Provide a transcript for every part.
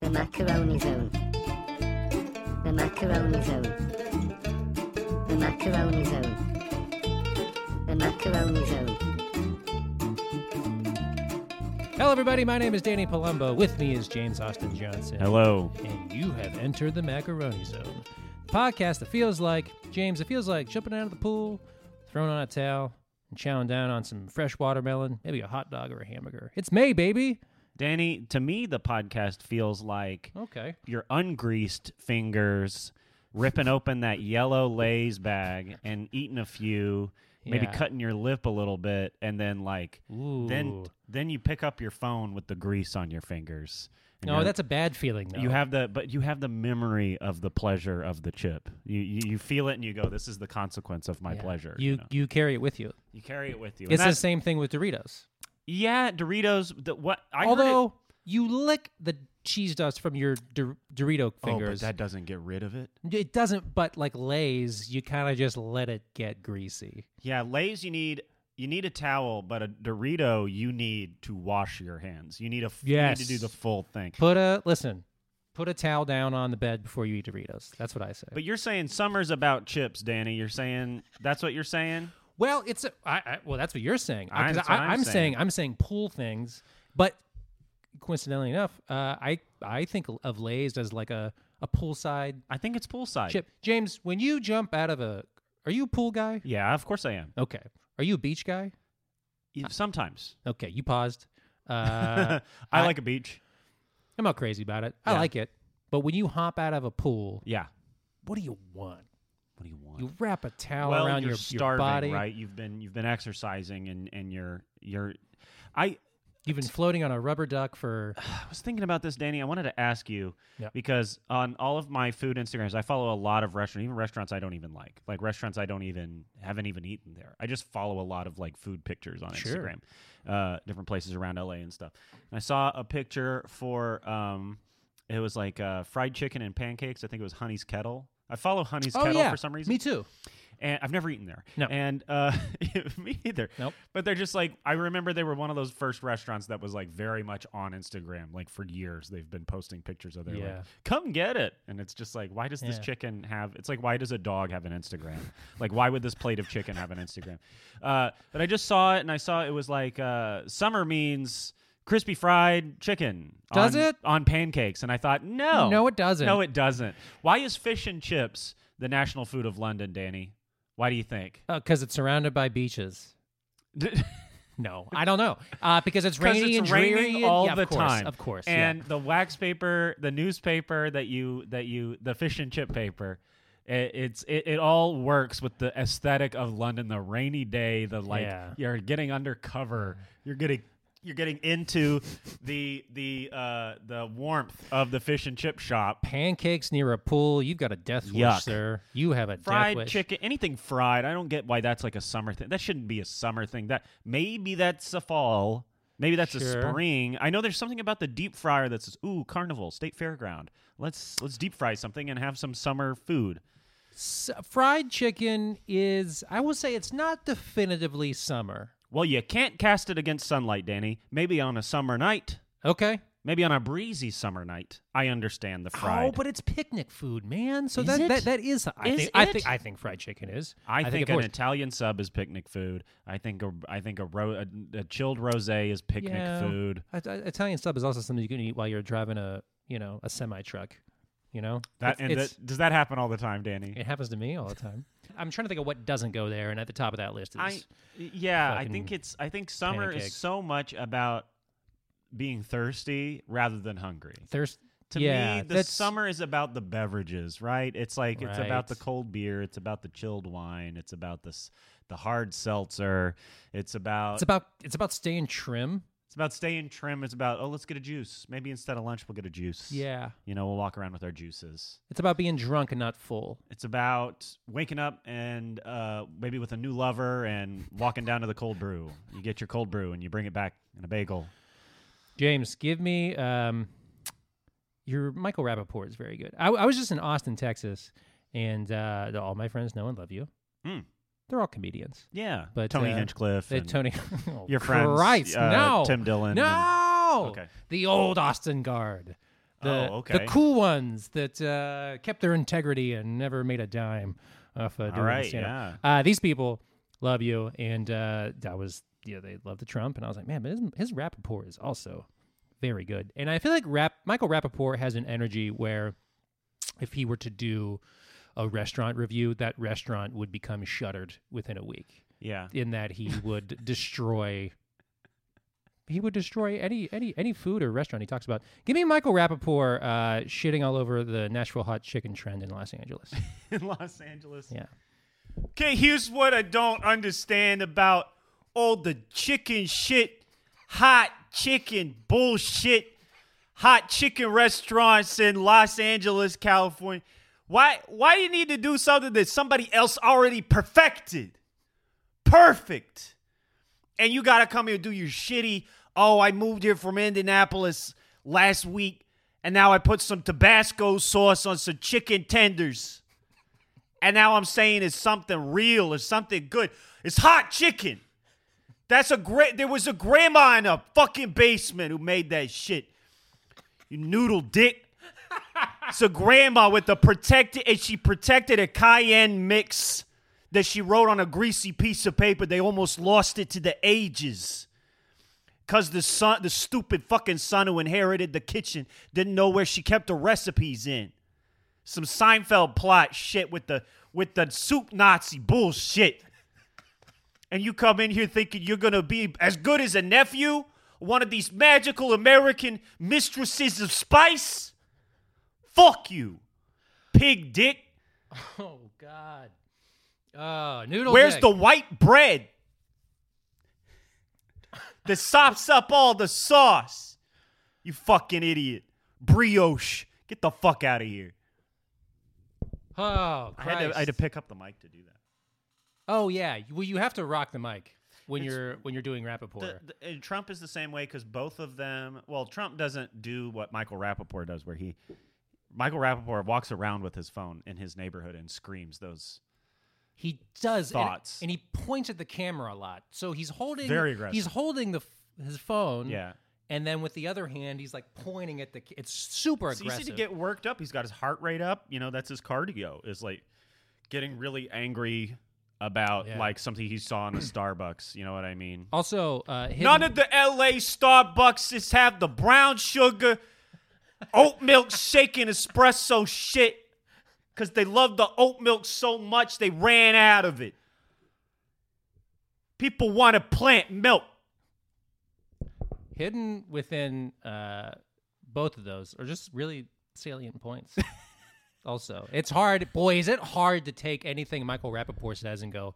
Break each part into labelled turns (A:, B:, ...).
A: The Macaroni Zone. The Macaroni Zone. The Macaroni Zone. The Macaroni Zone.
B: Hello, everybody. My name is Danny Palumbo. With me is James Austin Johnson.
C: Hello.
B: And you have entered the Macaroni Zone, the podcast that feels like, James, it feels like jumping out of the pool, throwing on a towel, and chowing down on some fresh watermelon, maybe a hot dog or a hamburger. It's May, baby.
C: Danny, to me, the podcast feels like
B: Okay.
C: your ungreased fingers ripping open that yellow Lay's bag and eating a few, maybe
B: Yeah.
C: cutting your lip a little bit, and then like
B: Ooh.
C: then then you pick up your phone with the grease on your fingers. and
B: no,
C: you're-
B: that's a bad feeling, though.
C: you have the but you have the memory of the pleasure of the chip. You you, you feel it and you go, this is the consequence of my
B: Yeah.
C: pleasure.
B: You,
C: You know?
B: you carry it with you.
C: you carry it with you. And
B: It's the
C: that's-
B: same thing with Doritos.
C: Yeah, Doritos. The, what I heard it-
B: Although you lick the cheese dust from your Dor- Dorito fingers.
C: Oh, but that doesn't get rid of it.
B: it doesn't, but like Lay's, you kind of just let it get greasy.
C: Yeah, Lay's you need you need a towel, but a Dorito you need to wash your hands. You need a f- you need
B: Yes.
C: to do the full thing.
B: Put a listen. Put a towel down on the bed before you eat Doritos. That's what I say.
C: But you're saying summer's about chips, Danny. You're saying that's what you're saying.
B: well, it's a, I, I, well, that's what you're saying.
C: I-
B: 'Cause
C: that's
B: I,
C: what I'm
B: am saying
C: saying.
B: I'm saying pull things, but coincidentally enough, uh, I I think of Lay's as like a a poolside
C: I think it's poolside.
B: chip. James, when you jump out of a, are you a pool guy?
C: Yeah, of course I am.
B: Okay. Are you a beach guy?
C: Sometimes
B: Okay, you paused. Uh,
C: I, like a beach.
B: I'm not crazy about it. I
C: Yeah.
B: like it, but when you hop out of a pool,
C: Yeah.
B: what do you want?
C: What do you want?
B: You wrap a towel
C: well,
B: around
C: you're
B: your, your
C: starving,
B: body.
C: right? You've been you've been exercising and and you're you're I
B: You've been floating on a rubber duck for
C: I was thinking about this, Danny. I wanted to ask you
B: Yeah.
C: because on all of my food Instagrams, I follow a lot of restaurants, even restaurants I don't even like, like restaurants I don't even haven't even eaten there. I just follow a lot of like food pictures on
B: Sure.
C: Instagram, uh, different places around LA and stuff. And I saw a picture for um, it was like uh, fried chicken and pancakes. I think it was Honey's Kettle. I follow Honey's
B: oh
C: Kettle
B: yeah,
C: for some reason
B: Me too.
C: and I've never eaten there.
B: No.
C: and uh, me either.
B: Nope.
C: But they're just like I remember they were one of those first restaurants that was like very much on Instagram. Like for years, they've been posting pictures of their like,
B: Yeah.
C: come get it, and it's just like why does this
B: Yeah.
C: chicken have? It's like why does a dog have an Instagram? like why would this plate of chicken have an Instagram? Uh, but I just saw it and I saw it was like uh, summer means. Crispy fried chicken.
B: Does
C: on-
B: it?
C: on pancakes? And I thought, no,
B: No, it doesn't.
C: No, it doesn't. Why is fish and chips the national food of London, Danny? Why do you think?
B: Because Uh, it's surrounded by beaches.
C: Because
B: No, I don't know. Uh, because it's rainy
C: it's
B: and
C: raining
B: dreary and-
C: all
B: yeah,
C: the
B: of course,
C: time,
B: Of course. yeah.
C: And the wax paper, the newspaper that you that you the fish and chip paper, it, it's it, it all works with the aesthetic of London. The rainy day, the like
B: Yeah.
C: you're getting undercover, you're getting you're getting into the the uh, the warmth of the fish and chip shop.
B: pancakes near a pool. You've got a death wish,
C: Yuck.
B: sir. You have a death
C: fried
B: wish.
C: chicken, anything fried. I don't get why that's like a summer thing. That shouldn't be a summer thing. That maybe that's a fall. Maybe that's
B: Sure.
C: a spring. I know there's something about the deep fryer that says, "Ooh, carnival, state fairground. Let's let's deep fry something and have some summer food."
B: S- fried chicken is. I will say it's not definitively summer.
C: Well, you can't cast it against sunlight, Danny. Maybe on a summer night.
B: Okay.
C: Maybe on a breezy summer night, I understand the fried.
B: Oh, but it's picnic food, man. So
C: Is
B: that,
C: it?
B: that that is. I
C: Is
B: think. I
C: it?
B: think. I think fried chicken is.
C: I, think,
B: it
C: an
B: was.
C: Italian sub is picnic food. I think a I think a, ro- a, a chilled rosé is picnic
B: Yeah.
C: food.
B: It- it- Italian sub is also something you can eat while you're driving a you know a semi truck. You know
C: That
B: It's-
C: and
B: it's-
C: that, does that happen all the time, Danny?
B: it happens to me all the time. I'm trying to think of what doesn't go there, and at the top of that list is
C: I yeah, I think
B: fucking
C: it's I think summer is
B: pancakes.
C: so much about being thirsty rather than hungry.
B: thirst.
C: To
B: yeah,
C: me, the
B: that's-
C: summer is about the beverages, right? It's like it's about the
B: Right.
C: cold beer, it's about the chilled wine, it's about this the hard seltzer, it's about
B: It's about it's about staying trim.
C: it's about staying trim, it's about oh let's get a juice. Maybe instead of lunch we'll get a juice.
B: Yeah,
C: You know, we'll walk around with our juices.
B: it's about being drunk and not full.
C: It's about waking up and uh, maybe with a new lover and walking down to the cold brew. You get your cold brew and you bring it back in a bagel.
B: James, give me um, your Michael Rappaport is very good. I, I was just in Austin, Texas, and uh, the- all my friends know and love you.
C: Hmm.
B: They're all comedians.
C: Yeah,
B: But,
C: Tony
B: uh,
C: Hinchcliffe,
B: They
C: and
B: Tony, oh,
C: your friends,
B: Christ,
C: uh,
B: no,
C: Tim Dillon,
B: no,
C: okay.
B: the old Austin guard, the
C: Oh,
B: the
C: okay.
B: cool ones that uh, kept their integrity and never made a dime off uh, doing
C: All right,
B: stand-up.
C: yeah.
B: Uh, these people love you, and uh, that was you know they love the Trump, and I was like, man, but his his Rappaport is also very good, and I feel like rap Michael Rappaport has an energy where if he were to do a restaurant review, that restaurant would become shuttered within a week,
C: Yeah,
B: in that he would destroy. He would destroy any any any food or restaurant he talks about. Give me Michael Rappaport uh, shitting all over the Nashville hot chicken trend in Los Angeles.
C: in Los Angeles.
B: Yeah.
C: Okay, here's what I don't understand about all the chicken shit, hot chicken bullshit, hot chicken restaurants in Los Angeles, California. Why why do you need to do something that somebody else already perfected? Perfect. And you gotta come here and do your shitty, oh, I moved here from Indianapolis last week, and now I put some Tabasco sauce on some chicken tenders and now I'm saying it's something real, it's something good. It's hot chicken. That's a great. There was a grandma in a fucking basement who made that shit. You noodle dick. It's a grandma with a protected, and she protected a cayenne mix that she wrote on a greasy piece of paper. They almost lost it to the ages. Cause the son, the stupid fucking son who inherited the kitchen, didn't know where she kept the recipes in some Seinfeld plot shit with the with the soup Nazi bullshit. And you come in here thinking you're gonna be as good as a nephew, one of these magical American mistresses of spice? Fuck you, pig dick.
B: Oh God. Oh, noodle.
C: Where's
B: dick.
C: the white bread that sops up all the sauce? You fucking idiot. Brioche. Get the fuck out of here.
B: Oh,
C: I had, to, I had to
B: Christ.
C: pick up the mic to do that.
B: Oh yeah. You- Well, you have to rock the mic when
C: It's-
B: you're when you're doing Rappaport.
C: The, the, and Trump is the same way because both of them. Well, Trump doesn't do what Michael Rappaport does, where he Michael Rappaport walks around with his phone in his neighborhood and screams those.
B: he does and-
C: Thoughts.
B: and, he points at the camera a lot. So he's holding
C: Very aggressive.
B: He's holding the f- his phone.
C: Yeah.
B: And then with the other hand, he's like pointing at the. ca- It's super
C: It's
B: aggressive.
C: easy to get worked up. He's got his heart rate up. You know, that's his cardio. Is like getting really angry about
B: Yeah.
C: like something he saw in a Starbucks. You know what I mean?
B: also, uh, hidden-
C: None of the LA Starbucks have the brown sugar, oat milk shaken espresso shit. Cause they love the oat milk so much they ran out of it. People want to plant milk.
B: hidden within uh, both of those are just really salient points. also, it's hard, boy, is it hard to take anything Michael Rappaport says and go,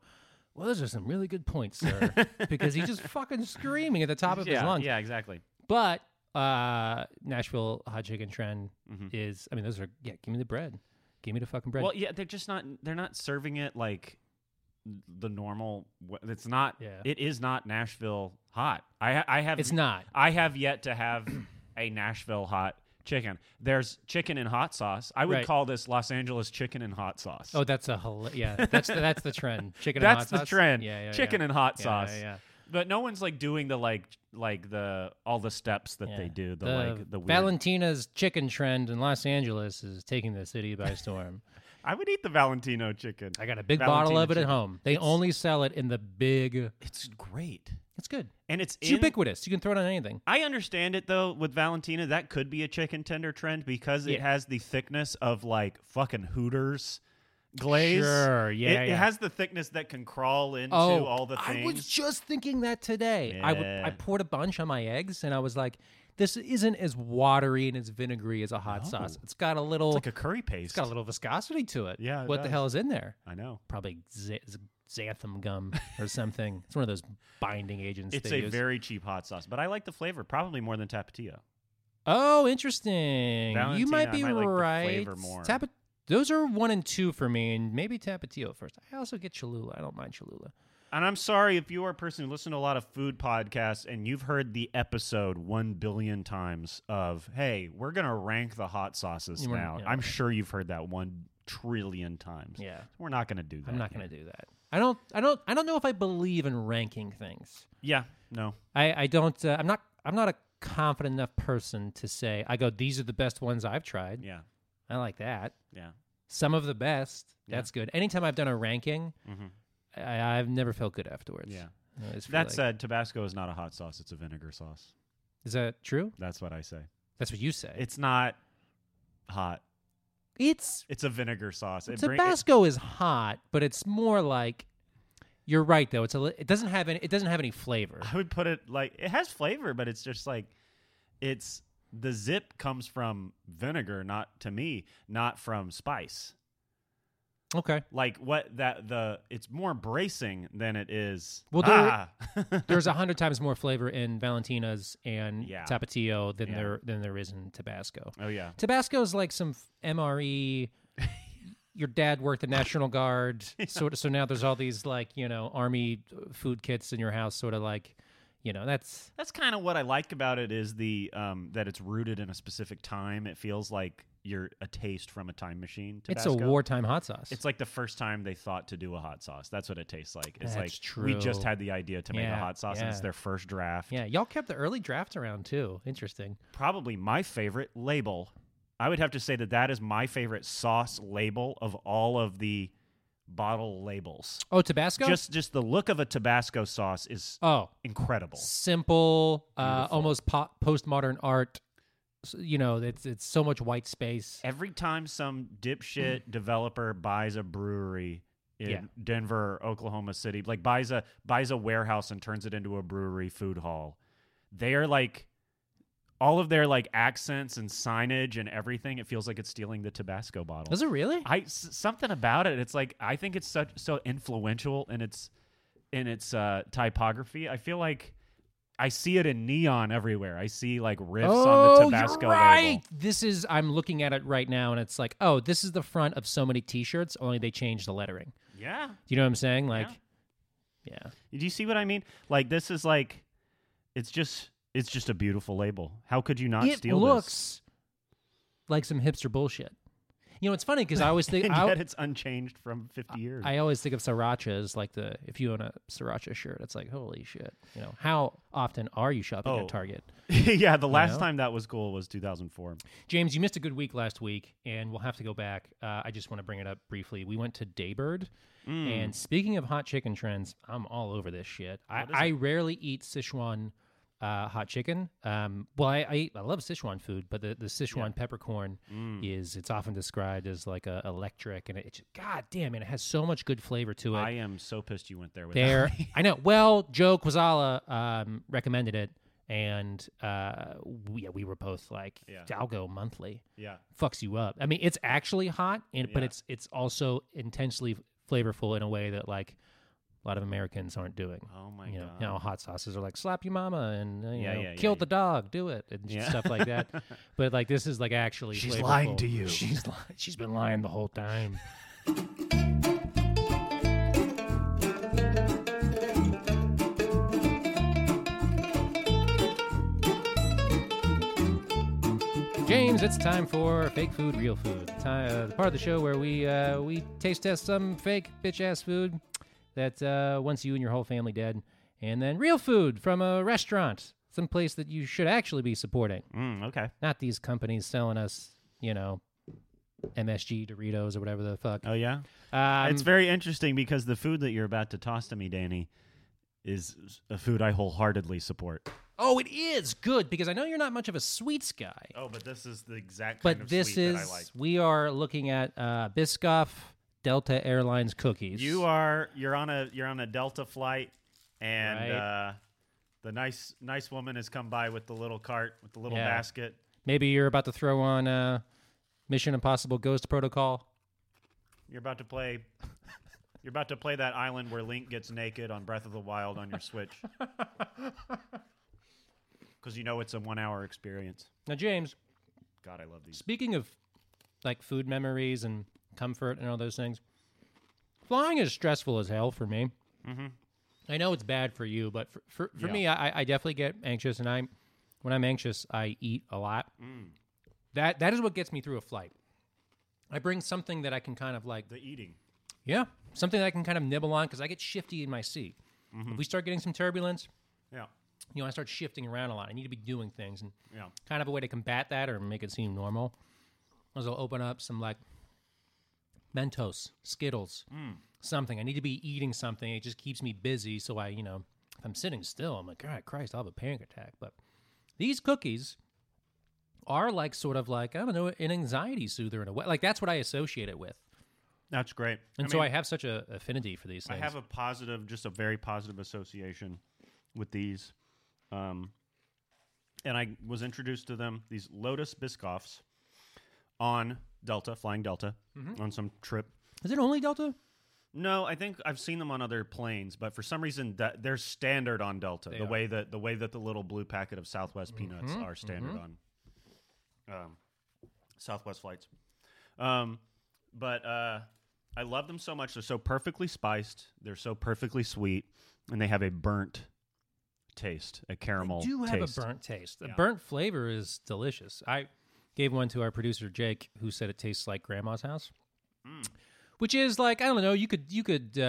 B: well, those are some really good points, sir, because he's just fucking screaming at the top of his lungs.
C: exactly.
B: But uh, Nashville hot chicken trend is, I mean, those are, yeah, give me the bread. Give me the fucking bread.
C: Mm-hmm. Well, yeah, they're just not. They're not serving it like the normal. w- It's not.
B: Yeah.
C: It is not Nashville hot. I ha- I have.
B: It's not.
C: I have yet to have a Nashville hot chicken. There's chicken and hot sauce. I would
B: Right.
C: call this Los Angeles chicken and hot sauce.
B: oh, that's a, hila- yeah, that's the, that's the trend. Chicken and
C: that's
B: hot
C: the
B: sauce?
C: trend.
B: Yeah, yeah,
C: chicken
B: yeah.
C: and hot
B: Yeah,
C: sauce.
B: yeah, yeah.
C: But no one's like doing the like like the all the steps that they do. The, like the weird.
B: Valentina's chicken trend in Los Angeles is taking the city by storm.
C: I would eat the Valentino chicken.
B: I got a big bottle
C: Valentina
B: of it at
C: chicken.
B: home. They only sell it in the big.
C: It's great,
B: It's good.
C: and it's,
B: It's
C: in-
B: ubiquitous. You can throw it on anything.
C: I understand it though with Valentina. That could be a chicken tender trend because
B: Yeah.
C: it has the thickness of like fucking Hooters glaze.
B: Sure, yeah,
C: It,
B: yeah. Oh,
C: it has the thickness that can crawl into all the things.
B: I was just thinking that today. I would, I
C: Yeah.
B: poured a bunch on my eggs, and I was like, "This isn't as watery and as vinegary as a hot sauce. It's got a little,
C: like a curry paste.
B: it's got a little viscosity to it.
C: Yeah, it
B: what the
C: does.
B: hell is in there?
C: I know.
B: Probably za- z- xanthan gum or something. it's one of those binding agents.
C: It's
B: they
C: a
B: use.
C: very cheap hot sauce, but I like the flavor probably more than Tapatio.
B: oh, interesting. you might
C: Valentina,
B: be
C: I might like the
B: right.
C: flavor more.
B: Tapa- those are one and two for me, and maybe Tapatio first. I also get Cholula. I don't mind Cholula.
C: And I'm sorry if you are a person who listens to a lot of food podcasts and you've heard the episode one billion times of, hey, we're going to rank the hot sauces
B: You weren't-
C: now.
B: yeah.
C: I'm sure you've heard that one trillion times.
B: Yeah.
C: We're not going to do that.
B: I'm not going to do that. I don't. I don't. I don't know if I believe in ranking things.
C: Yeah. No.
B: I. I don't. Uh, I'm not. I'm not a confident enough person to say I go. These are the best ones I've tried.
C: Yeah.
B: I like that.
C: Yeah.
B: Some of the best.
C: Yeah.
B: That's good. Anytime I've done a ranking,
C: Mhm.
B: I, I've never felt good afterwards.
C: Yeah.
B: I always feel
C: That
B: like-
C: said, Tabasco is not a hot sauce. It's a vinegar sauce.
B: is that true?
C: That's what I say.
B: That's what you say.
C: It's not hot.
B: it's
C: It's a vinegar sauce. It bring- it-
B: Tabasco is hot, but it's more like. You're right though. It's a. li- It doesn't have any. It doesn't have any flavor.
C: I would put it like it has flavor, but it's just like it's the zip comes from vinegar, not to me, not from spice.
B: Okay.
C: Like what that the it's more bracing than it is.
B: Well, there-
C: ah!
B: there's a hundred times more flavor in Valentina's and
C: Yeah.
B: Tapatio than
C: Yeah.
B: there than there is in Tabasco.
C: oh yeah,
B: Tabasco is like some f- MRE. Your dad worked the National Guard, sort of. So now there's all these like you know army uh, food kits in your house, sort of like, you know that's
C: that's kind of what I like about it is the um that it's rooted in a specific time. It feels like you're a taste from a time machine. Tabasco.
B: it's a wartime hot sauce.
C: It's like the first time they thought to do a hot sauce. That's what it tastes like.
B: That's
C: It's like we just
B: true.
C: had the idea to make
B: Yeah,
C: a hot sauce, and it's
B: yeah.
C: their first draft.
B: yeah, y'all kept the early draft around too. Interesting.
C: probably my favorite label. I would have to say that that is my favorite sauce label of all of the bottle labels.
B: Oh, Tabasco.
C: Just just the look of a Tabasco sauce is
B: oh,
C: incredible.
B: simple, uh, almost po- postmodern art. S- You know, it's it's so much white space.
C: Every time some dipshit developer buys a brewery in
B: Yeah.
C: Denver, or Oklahoma City, like buys a buys a warehouse and turns it into a brewery food hall, they are like all of their like accents and signage and everything. It feels like it's stealing the Tabasco bottle.
B: Is it really?
C: I s- something about it. It's like I think it's such so influential in its in its uh, typography. I feel like I see it in neon everywhere. I see like riffs on the Tabasco
B: Oh, you're right.
C: label.
B: This is I'm looking at it right now, and it's like, oh, this is the front of so many T-shirts. Only they changed the lettering.
C: Yeah.
B: Do you know what I'm saying? Like, yeah,
C: Do you see what I mean? Like this is like it's just it's just a beautiful label. How could you not
B: it
C: steal
B: looks
C: this?
B: like some hipster bullshit. You know, it's funny because I always think
C: And
B: I,
C: yet it's unchanged from 50 years.
B: I always think of sriracha as like the if you own a sriracha shirt, it's like holy shit. You know, how often are you shopping
C: Oh.
B: at Target?
C: yeah, the last
B: know?
C: time that was cool was 2004.
B: James, you missed a good week last week, and we'll have to go back. Uh, I just want to bring it up briefly. We went to Daybird,
C: Mm.
B: and speaking of hot chicken trends, I'm all over this shit. I, I rarely eat Sichuan uh, hot chicken. Um, well, I, I eat, I love Sichuan food, but the, the Sichuan peppercorn
C: Mm.
B: is it's often described as like a electric, and it, it's god damn, and it has so much good flavor to it.
C: I am so pissed you went there with
B: There, I know. Well, Joe Quazala um, recommended it, and uh, we, yeah, we were both like,
C: Yeah.
B: "I'll go monthly."
C: Yeah.
B: fucks you up. I mean, it's actually hot, and but
C: Yeah.
B: it's it's also intensely flavorful in a way that like a lot of Americans aren't doing.
C: Oh my
B: you know,
C: god.
B: you know, hot sauces are like slap your mama and uh, you
C: Yeah,
B: know,
C: yeah,
B: kill
C: yeah,
B: the dog, do it and
C: Yeah.
B: stuff like that. But like this is like actually
C: She's
B: flavorful.
C: lying to you.
B: She's li- she's been lying the whole time. James, it's time for fake food, real food. The Time, uh, the part of the show where we uh, we taste test some fake bitch ass food that uh, wants you and your whole family dead, And then real food from a restaurant, someplace that you should actually be supporting,
C: Mm, okay.
B: not these companies selling us, you know, MSG Doritos or whatever the fuck.
C: Oh yeah.
B: Um,
C: it's very interesting because the food that you're about to toss to me, Danny, is a food I wholeheartedly support.
B: oh, it is good because I know you're not much of a sweets guy.
C: Oh, but this is the exact
B: but this is we are looking at uh, Biscoff Delta Airlines cookies.
C: You are you're on a you're on a Delta flight,
B: Right.
C: and uh, the nice nice woman has come by with the little cart with the little
B: Yeah.
C: basket.
B: maybe you're about to throw on uh, Mission Impossible Ghost Protocol.
C: You're about to play. You're about to play that island where Link gets naked on Breath of the Wild on your Switch. Because you know it's a one hour experience.
B: Now, James,
C: God, I love these.
B: speaking of like food memories and comfort and all those things, flying is stressful as hell for me. Mm-hmm. I know it's bad for you, but for for, for
C: Yeah.
B: me, I, I definitely get anxious, and I when I'm anxious, I eat a lot. That that is what gets me through a flight. I bring something that I can kind of like
C: The eating.
B: Yeah, something that I can kind of nibble on because I get shifty in my seat. If we start getting some turbulence,
C: Yeah.
B: you know, I start shifting around a lot. I need to be doing things, and
C: Yeah.
B: kind of a way to combat that or make it seem normal is I'll open up some like Mentos, Skittles,
C: Mm.
B: something. I need to be eating something. It just keeps me busy. So I, you know, if I'm sitting still, I'm like, God, Christ, I'll have a panic attack. But these cookies are like sort of like I don't know an anxiety soother in a way. Like that's what I associate it with.
C: That's great.
B: And
C: I
B: so
C: mean-
B: I have such a affinity for these things.
C: I have a positive, just a very positive association with these. Um, and I was introduced to them, these Lotus Biscoffs, on Delta, flying Delta,
B: Mm-hmm.
C: on some trip.
B: Is it only Delta?
C: No, I think I've seen them on other planes, but for some reason that they're standard on Delta. the
B: are. Mm-hmm,
C: way that the way that the little blue packet of Southwest peanuts are standard on um, Southwest flights. Um, but uh, I love them so much. They're so perfectly spiced. They're so perfectly sweet, and they have a burnt taste, a caramel.
B: do have
C: taste.
B: a burnt taste. The burnt flavor is delicious. I gave one to our producer Jake, who said it tastes like grandma's house, Mm. which is like I don't know. You could you could uh,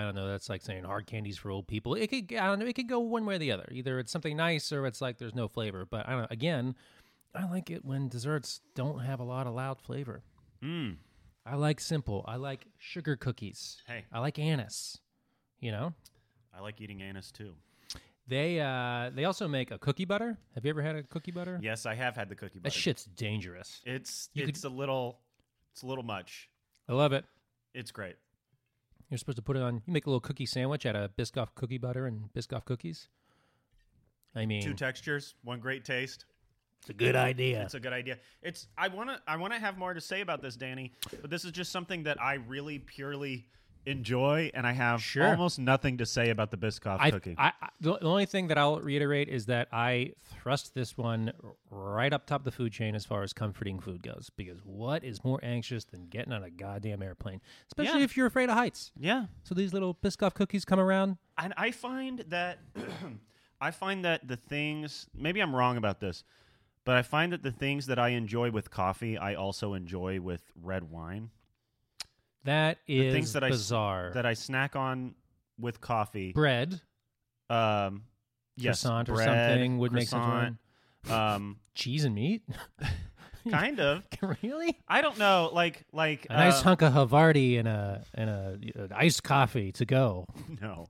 B: I don't know. That's like saying hard candies for old people. It could I don't know. It could go one way or the other. Either it's something nice or it's like there's no flavor. But I don't know. Again, I like it when desserts don't have a lot of loud flavor.
C: Mm.
B: I like simple. I like sugar cookies.
C: Hey.
B: I like anise. You know,
C: I like eating anise too.
B: They uh, they also make a cookie butter. Have you ever had a cookie butter?
C: Yes, I have had the cookie butter.
B: that shit's dangerous.
C: It's
B: You could-
C: it's a little it's a little much.
B: I love it.
C: It's great.
B: You're supposed to put it on. You make a little cookie sandwich out of Biscoff cookie butter and Biscoff cookies. I mean,
C: Two textures, one great taste.
B: it's a good idea.
C: It's a good idea. It's I want to I want to have more to say about this, Danny, but this is just something that I really purely enjoy, and I have
B: Sure.
C: almost nothing to say about the Biscoff
B: I,
C: cookie.
B: I, I- the the only thing that I'll reiterate is that I thrust this one right up top the food chain as far as comforting food goes, because what is more anxious than getting on a goddamn airplane, especially
C: Yeah.
B: if you're afraid of heights?
C: yeah,
B: So these little Biscoff cookies come around.
C: and I find that I find that the things maybe I'm wrong about this, but I find that the things that I enjoy with coffee, I also enjoy with red wine.
B: That
C: The
B: is
C: things that I
B: bizarre.
C: s- that I snack on with coffee.
B: bread.
C: um, yes,
B: Croissant or
C: bread,
B: something would make sense with
C: croissant, Um,
B: cheese and meat.
C: kind of.
B: really?
C: I don't know, like like
B: A nice
C: uh,
B: hunk of Havarti and a and a an iced coffee to go.
C: No,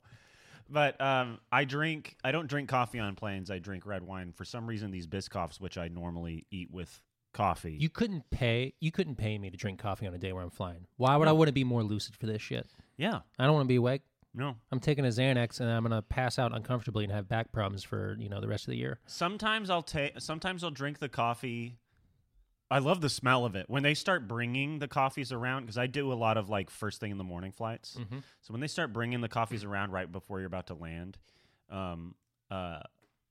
C: but um, I drink. I don't drink coffee on planes. I drink red wine. For some reason, these Biscoffs, which I normally eat with coffee,
B: You couldn't pay you couldn't pay me to drink coffee on a day where I'm flying. Why would I want to be more lucid for this shit?
C: yeah,
B: I don't want to be awake.
C: no.
B: I'm taking a Xanax and I'm gonna pass out uncomfortably and have back problems for you know the rest of the year.
C: Sometimes I'll take. Sometimes I'll drink the coffee. I love the smell of it when they start bringing the coffees around because I do a lot of like first thing in the morning flights.
B: Mm-hmm.
C: So when they start bringing the coffees around right before you're about to land, um, uh,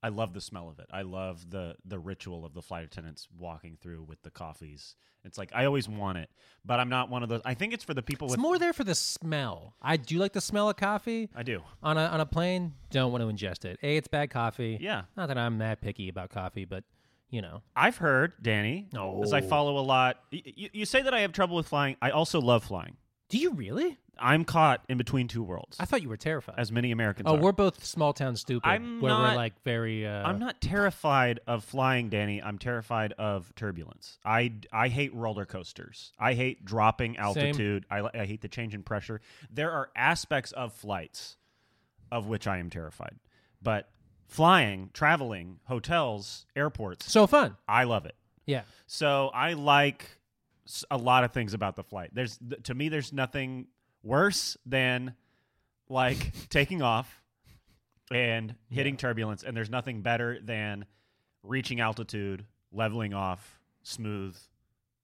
C: I love the smell of it. I love the the ritual of the flight attendants walking through with the coffees. It's like I always want it, but I'm not one of those. I think it's for the people
B: It's
C: with.
B: more there for the smell. I do like the smell of coffee.
C: I do.
B: on a on a plane, don't want to ingest it. A, it's bad coffee.
C: Yeah.
B: Not that I'm that picky about coffee, but you know.
C: I've heard Danny, as I
B: Oh.
C: follow a lot. You, you say that I have trouble with flying. I also love flying.
B: Do you really?
C: I'm caught in between two worlds,
B: I thought you were terrified.
C: as many Americans
B: oh,
C: are.
B: we're both small town stupid.
C: I'm
B: where we're
C: not-
B: like very. Uh,
C: I'm not terrified of flying, Danny. I'm terrified of turbulence. I, I hate roller coasters. I hate dropping altitude. I, li- I hate the change in pressure. There are aspects of flights of which I am terrified. But flying, traveling, hotels, airports,
B: so fun.
C: I love it.
B: Yeah.
C: So I like s- a lot of things about the flight. There's th- to me, there's nothing worse than like taking off and hitting turbulence, and there's nothing better than reaching altitude, leveling off, smooth,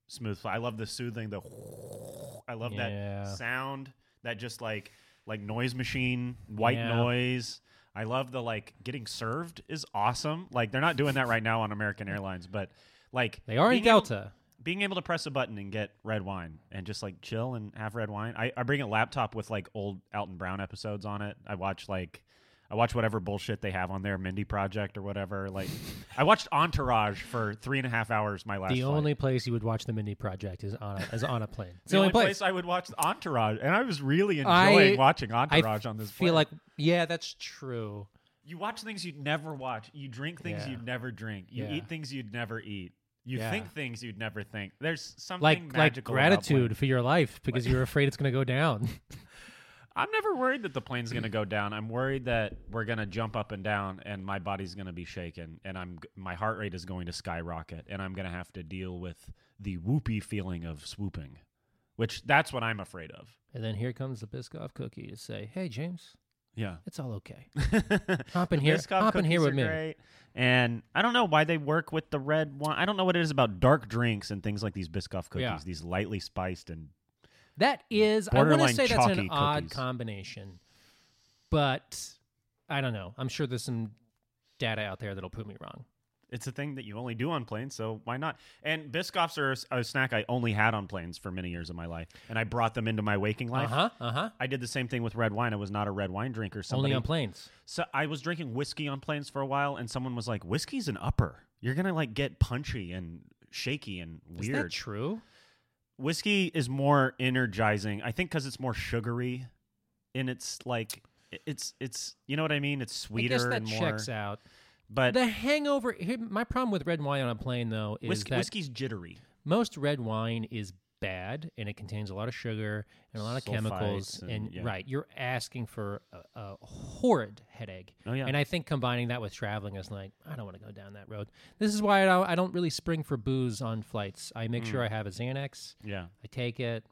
C: smooth. fly. I love the soothing, the I love
B: Yeah.
C: that sound, that just like like noise machine, white
B: Yeah.
C: noise. I love the like getting served is awesome. Like they're not doing that right now on American Airlines, but like
B: They are in
C: being able-
B: Delta.
C: being able to press a button and get red wine and just like chill and have red wine. I, I bring a laptop with like old Alton Brown episodes on it. I watch like I watch whatever bullshit they have on there, Mindy Project or whatever. Like I watched Entourage for three and a half hours my last
B: The
C: flight.
B: only place you would watch the Mindy Project is on a, is on a plane. It's
C: the only place. I would watch Entourage, and I was really
B: I-
C: enjoying watching
B: I
C: Entourage on this.
B: feel
C: plane.
B: like yeah, that's true.
C: you watch things you'd never watch, you drink things
B: Yeah.
C: you'd never drink, you
B: Yeah.
C: eat things you'd never eat, you
B: Yeah.
C: think things you'd never think. There's something
B: Like like
C: magical about
B: gratitude
C: planes.
B: for your life because you're afraid it's going to go down.
C: I'm never worried that the plane's going to go down. I'm worried that we're going to jump up and down and my body's going to be shaken and I'm g- my heart rate is going to skyrocket and I'm going to have to deal with the whoopy feeling of swooping, which that's what I'm afraid of.
B: and then here comes the Biscoff cookie to say, "Hey James,
C: Yeah.
B: it's all okay.
C: hop
B: in here- hop in here with me.
C: And I don't know why they work with the red wine. I don't know what it is about dark drinks and things like these Biscoff cookies,
B: Yeah.
C: these lightly spiced and
B: That is, I want to
C: Borderline
B: say that's an
C: chalky
B: odd
C: cookies.
B: combination, but I don't know. I'm sure there's some data out there that'll prove me wrong.
C: it's a thing that you only do on planes, so why not? And Biscoffs are a s- a, snack I only had on planes for many years of my life, and I brought them into my waking
B: Uh
C: life.
B: huh. Uh huh.
C: I did the same thing with red wine. I was not a red wine drinker.
B: Only
C: Somebody,
B: on planes.
C: So I was drinking whiskey on planes for a while, and someone was like, "Whiskey's an upper. You're gonna like get punchy and shaky and
B: Is
C: weird."
B: that true?
C: whiskey is more energizing i think because it's more sugary and it's like i- it's it's you know what i mean it's
B: I
C: sweeter
B: guess that
C: and more
B: checks out.
C: but
B: the hangover. Here, my problem with red wine on a plane, though, is
C: whiskey,
B: that
C: whiskey's jittery
B: most red wine is bad and it contains a lot of sugar and a lot of
C: Sulfites
B: chemicals and,
C: and- yeah.
B: right you're asking for a, a horrid headache
C: Oh, yeah.
B: and i think combining that with traveling is like i don't want to go down that road this is why i don't, I don't really spring for booze on flights i make
C: Mm.
B: sure i have a xanax
C: yeah
B: i take it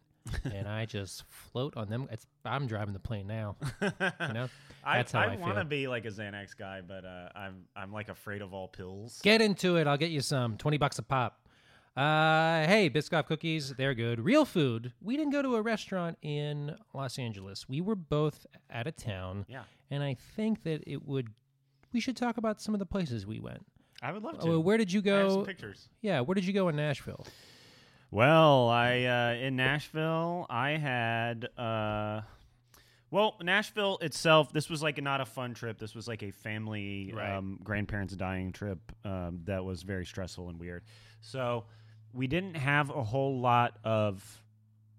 B: and i just float on them it's, i'm driving the plane now you know
C: i,
B: That's how
C: I,
B: I
C: want to
B: feel.
C: be like a xanax guy but uh, i'm i'm like afraid of all pills
B: Get into it. I'll get you some. 20 bucks a pop. Uh, hey, Biscoff cookies. They're good. Real food. We didn't go to a restaurant in Los Angeles. We were both out of town.
C: Yeah.
B: And I think that it would, we should talk about some of the places we went.
C: i would love to
B: Oh, where did you
C: I have some
B: go?
C: pictures
B: Yeah. Where did you go in Nashville?
C: Well, I uh, in Nashville, I had uh, well, Nashville itself. This was like not a fun trip. This was like a family,
B: Right.
C: um, grandparents dying trip um, that was very stressful and weird. So we didn't have a whole lot of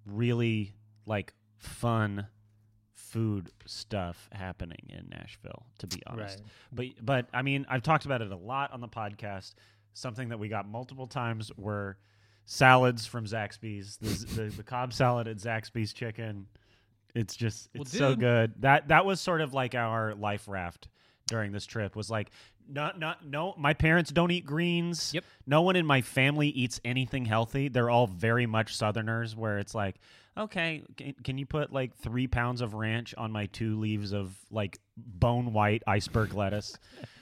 C: really like fun food stuff happening in Nashville, to be honest.
B: Right.
C: But but I mean, I've talked about it a lot on the podcast. Something that we got multiple times were salads from Zaxby's, the, the, the Cobb salad at Zaxby's Chicken. It's just
B: Well,
C: it's so
B: dude.
C: good. That that was sort of like our life raft during this trip was like not not no my parents don't eat greens.
B: Yep.
C: No one in my family eats anything healthy. They're all very much Southerners, where it's like, okay, can, can you put like three pounds of ranch on my two leaves of like bone white iceberg lettuce?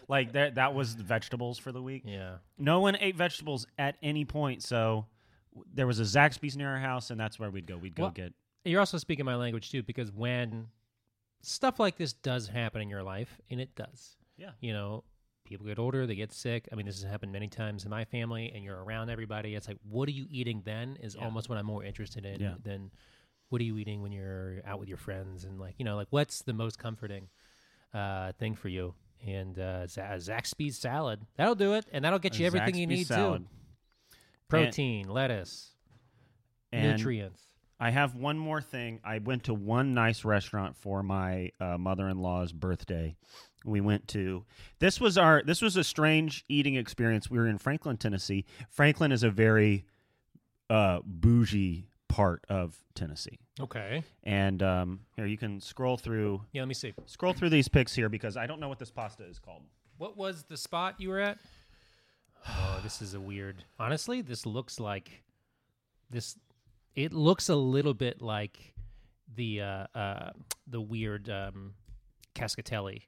C: Like that that was the vegetables for the week.
B: Yeah.
C: No one ate vegetables at any point, so w- there was a Zaxby's near our house, and that's where we'd go. We'd go
B: Well,
C: get
B: You're also speaking my language too, because when stuff like this does happen in your life, and it does,
C: yeah.
B: you know people get older they get sick i mean this has happened many times in my family and you're around everybody it's like what are you eating then is
C: Yeah.
B: almost what i'm more interested in
C: Yeah.
B: than what are you eating when you're out with your friends and like you know like what's the most comforting uh thing for you and uh Za- zaxby's salad that'll do it and that'll get you everything you
C: Zaxby's
B: need
C: salad.
B: too protein lettuce
C: And
B: nutrients
C: I have one more thing. I went to one nice restaurant for my uh, mother-in-law's birthday. We went to this was our this was a strange eating experience. We were in Franklin, Tennessee. Franklin is a very uh, bougie part of Tennessee,
B: Okay.
C: and um, here you can scroll through
B: Yeah, let me see.
C: scroll through these pics here because I don't know what this pasta is called.
B: What was the spot you were at? Oh, this is a weird. Honestly, this looks like this. It looks a little bit like the uh, uh, the weird um, cascatelli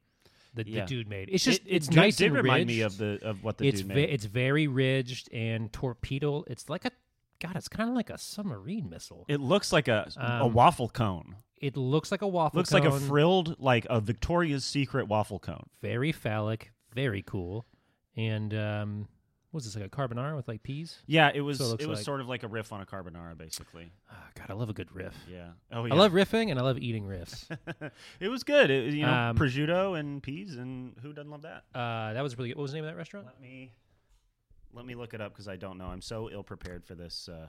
B: that
C: Yeah.
B: the dude made. It's just
C: It- it
B: it's
C: did-
B: nice
C: did
B: and
C: remind me
B: ridged.
C: of the of what the
B: it's
C: dude
B: ve-
C: made.
B: it's very ridged and torpedo. It's like a God. It's kind of like a submarine missile. It,
C: it looks like a a
B: Um,
C: waffle cone.
B: looks like a waffle.
C: Looks like a
B: cone.
C: frilled, like a Victoria's Secret waffle cone.
B: very phallic, very cool, and um, what was this like a carbonara with like peas?
C: Yeah, it was.
B: So it
C: it,
B: looks
C: was
B: like-
C: sort of like a riff on a carbonara, basically.
B: Ah, God, I love a good riff.
C: Yeah. Oh yeah.
B: I love riffing and I love eating riffs.
C: it was good. It, you know,
B: Um,
C: prosciutto and peas, and who doesn't love that?
B: uh, that was really good. What was the name of that restaurant?
C: Let me let me look it up because I don't know. I'm so ill prepared for this. Uh,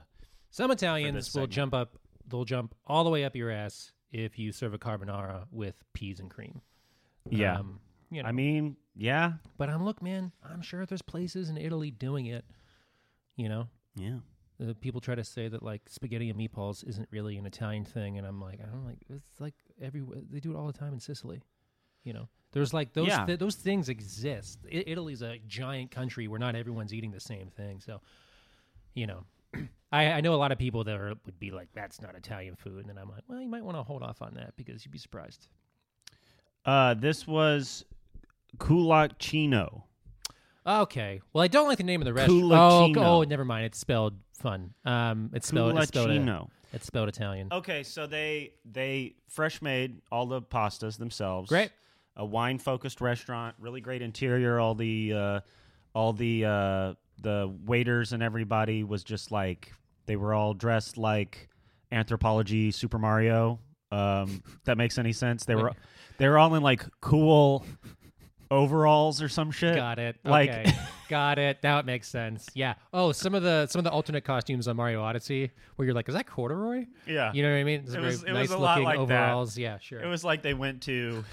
B: Some Italians will
C: segment.
B: jump up. They'll jump all the way up your ass if you serve a carbonara with peas and cream.
C: Yeah.
B: Um, you know,
C: I mean, yeah,
B: but I'm look, man. I'm sure there's places in Italy doing it. You know,
C: yeah.
B: the Uh, people try to say that like spaghetti and meatballs isn't really an Italian thing, and I'm like, I don't like it's like everywhere they do it all the time in Sicily. You know, there's like those
C: Yeah.
B: thi- those things exist. I- Italy's a giant country where not everyone's eating the same thing, so you know. I, I know a lot of people that are, would be like, "That's not Italian food," and I'm like, "Well, you might want to hold off on that because you'd be surprised."
C: Uh, this was Culacchino.
B: Okay, well, I don't like the name of the restaurant. Oh,
C: Culacchino.
B: oh, never mind. It's spelled fun. Um, it's spelled it's spelled,
C: Culacchino.
B: it's spelled Italian.
C: Okay, so they they fresh made all the pastas themselves.
B: Great.
C: A wine focused restaurant, really great interior. All the uh, all the uh, the waiters and everybody was just like they were all dressed like anthropology Super Mario. Um, if that makes any sense? They were they were all in like cool overalls or some shit.
B: Got it.
C: Like
B: okay. got it. Now it makes sense. Yeah. Oh, some of the some of the alternate costumes on Mario Odyssey, where you're like, is that corduroy?
C: yeah,
B: You know what I mean? It's
C: It
B: very
C: was- it
B: nice
C: was a lot
B: looking
C: like that.
B: overalls. Yeah, sure.
C: It was like they went to.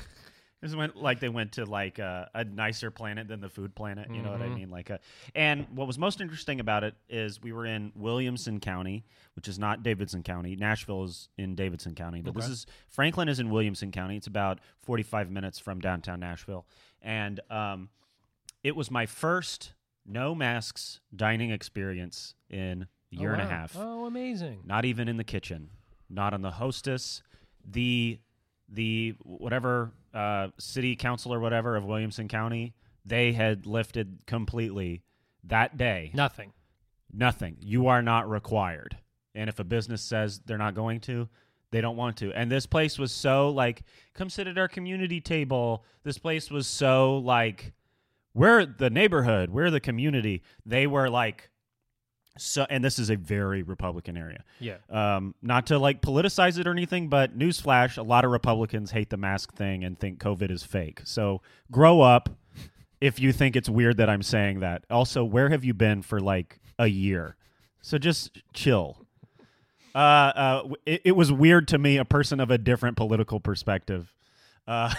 C: It was went, like they went to like a, a nicer planet than the food planet. You know what I
B: Mm-hmm.
C: mean? Like a, and what was most interesting about it is we were in Williamson County, which is not Davidson County. Nashville is in Davidson County, but this is Franklin is in Williamson County. It's about forty five minutes from downtown Nashville, and um, it was my first no masks dining experience in a
B: Oh,
C: year and a
B: wow.
C: half
B: Oh, amazing.
C: not even in the kitchen not on the hostess the the whatever uh, city council or whatever of williamson county they had lifted completely that day
B: Nothing.
C: nothing you are not required and if a business says they're not going to they don't want to and this place was so like come sit at our community table this place was so like we're the neighborhood we're the community they were like so and this is a very republican area
B: Yeah.
C: um, not to like politicize it or anything, but newsflash: a lot of Republicans hate the mask thing and think COVID is fake. So grow up if you think it's weird that I'm saying that. Also, where have you been for like a year? So just chill. Uh, uh, w- it, it was weird to me, a person of a different political perspective. Uh,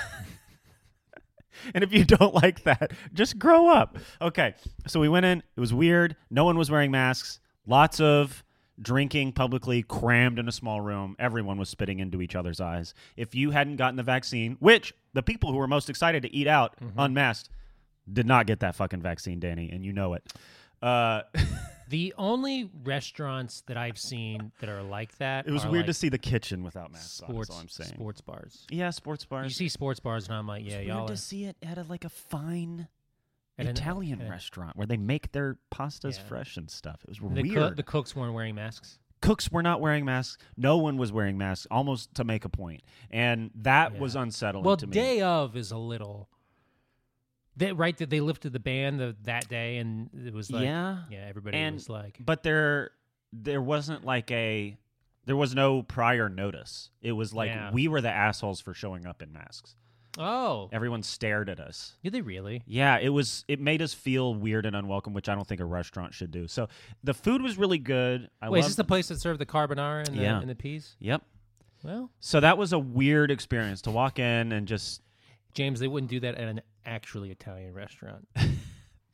C: and if you don't like that, just grow up. Okay. So we went in. It was weird. No one was wearing masks. Lots of drinking publicly, crammed in a small room. Everyone was spitting into each other's eyes. If you hadn't gotten the vaccine, which the people who were most excited to eat out
B: Mm-hmm.
C: unmasked did not get that fucking vaccine, Danny, and you know it. Uh,
B: The only restaurants that I've seen that are like that.
C: it was
B: are,
C: weird
B: like,
C: to see the kitchen without masks.
B: sports.
C: on, is all I'm saying.
B: Sports bars.
C: Yeah, sports
B: You
C: bars.
B: see sports bars, and I'm like, yeah,
C: it's
B: y'all.
C: weird
B: are-
C: to see it at a, like a fine
B: At an-
C: Italian
B: at an-
C: restaurant where they make their pastas
B: Yeah.
C: fresh and stuff. It was
B: the,
C: weird.
B: coo- the cooks weren't wearing masks.
C: Cooks were not wearing masks. No one was wearing masks, almost to make a point, and that
B: Yeah.
C: was unsettling
B: Well,
C: to me.
B: day of is a little. That right that they lifted the ban the, that day, and it was like
C: Yeah.
B: yeah everybody
C: And-
B: was like
C: but there, there wasn't like a, there was no prior notice. It was like
B: Yeah.
C: we were the assholes for showing up in masks.
B: Oh,
C: Everyone stared at us.
B: did they really?
C: Yeah, it was. It made us feel weird and unwelcome, which I don't think a restaurant should do. So the food was really good. I
B: Wait, is
C: loved-
B: this the place that served the carbonara and the,
C: Yeah.
B: and the peas?
C: Yep.
B: Well,
C: So that was a weird experience to walk in and just
B: James, they wouldn't do that at an actually Italian restaurant.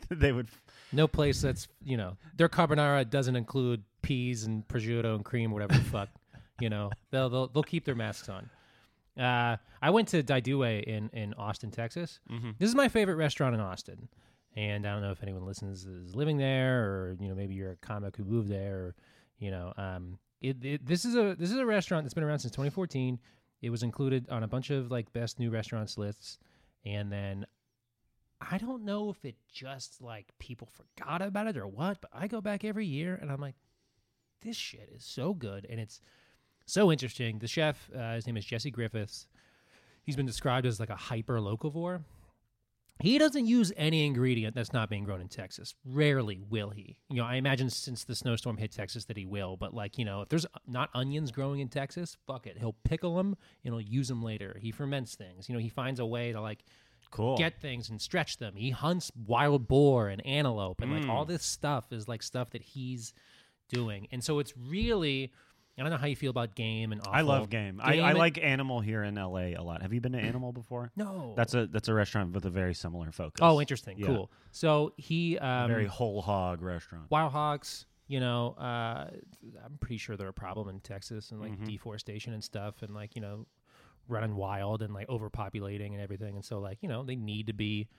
C: they would
B: No place that's you know their carbonara doesn't include peas and prosciutto and cream, whatever the fuck. You know they'll they'll, they'll keep their masks on. Uh, I went to Daidue in in Austin, Texas. This is my favorite restaurant in Austin, and I don't know if anyone listens is living there or you know maybe you're a comic who moved there. Or, you know, um, it, it this is a this is a restaurant that's been around since 2014. It was included on a bunch of like best new restaurants lists, and then I don't know if it just like people forgot about it or what, but I go back every year and I'm like, this shit is so good and it's so interesting. The chef, uh, his name is Jesse Griffiths. He's been described as like a hyper locavore. He doesn't use any ingredient that's not being grown in Texas. Rarely will he. You know, I imagine since the snowstorm hit Texas that he will, but like, you know, if there's not onions growing in Texas, fuck it. He'll pickle them and he'll use them later. He ferments things. You know, he finds a way to like
C: cool
B: get things and stretch them. He hunts wild boar and antelope, and like all
C: Mm.
B: this stuff is like stuff that he's doing. And so it's really, I don't know how you feel about game and. Awful.
C: I love game. I, I
B: and-
C: like Animal here in LA a lot. Have you been to Animal before?
B: No.
C: That's a that's a restaurant with a very similar focus.
B: Oh, interesting.
C: Yeah.
B: Cool. So he um,
C: very whole hog restaurant.
B: Wild hogs, you know, uh, I'm pretty sure they're a problem in Texas and like
C: Mm-hmm.
B: deforestation and stuff and like, you know, running wild and like overpopulating and everything. And so like, you know, they need to be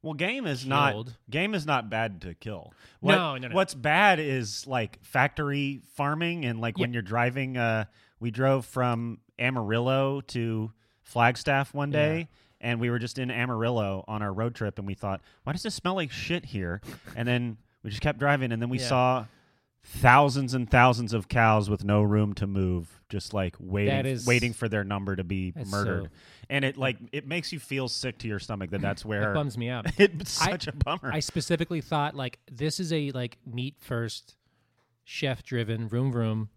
C: Well, game is
B: Killed.
C: not game is not bad to kill.
B: No, no, no.
C: What's bad is like factory farming and like when
B: Yeah.
C: you're driving. Uh, we drove from Amarillo to Flagstaff one day. And we were just in Amarillo on our road trip, and we thought, "Why does this smell like shit here?" And then we just kept driving, and then we
B: Yeah.
C: saw thousands and thousands of cows with no room to move, just like waiting,
B: That is-
C: waiting for their number to be
B: That's
C: murdered.
B: so-
C: And it like it makes you feel sick to your stomach that that's where
B: that bums me out.
C: it's
B: I-
C: such a bummer.
B: I specifically thought like this is a like meat first, chef driven room room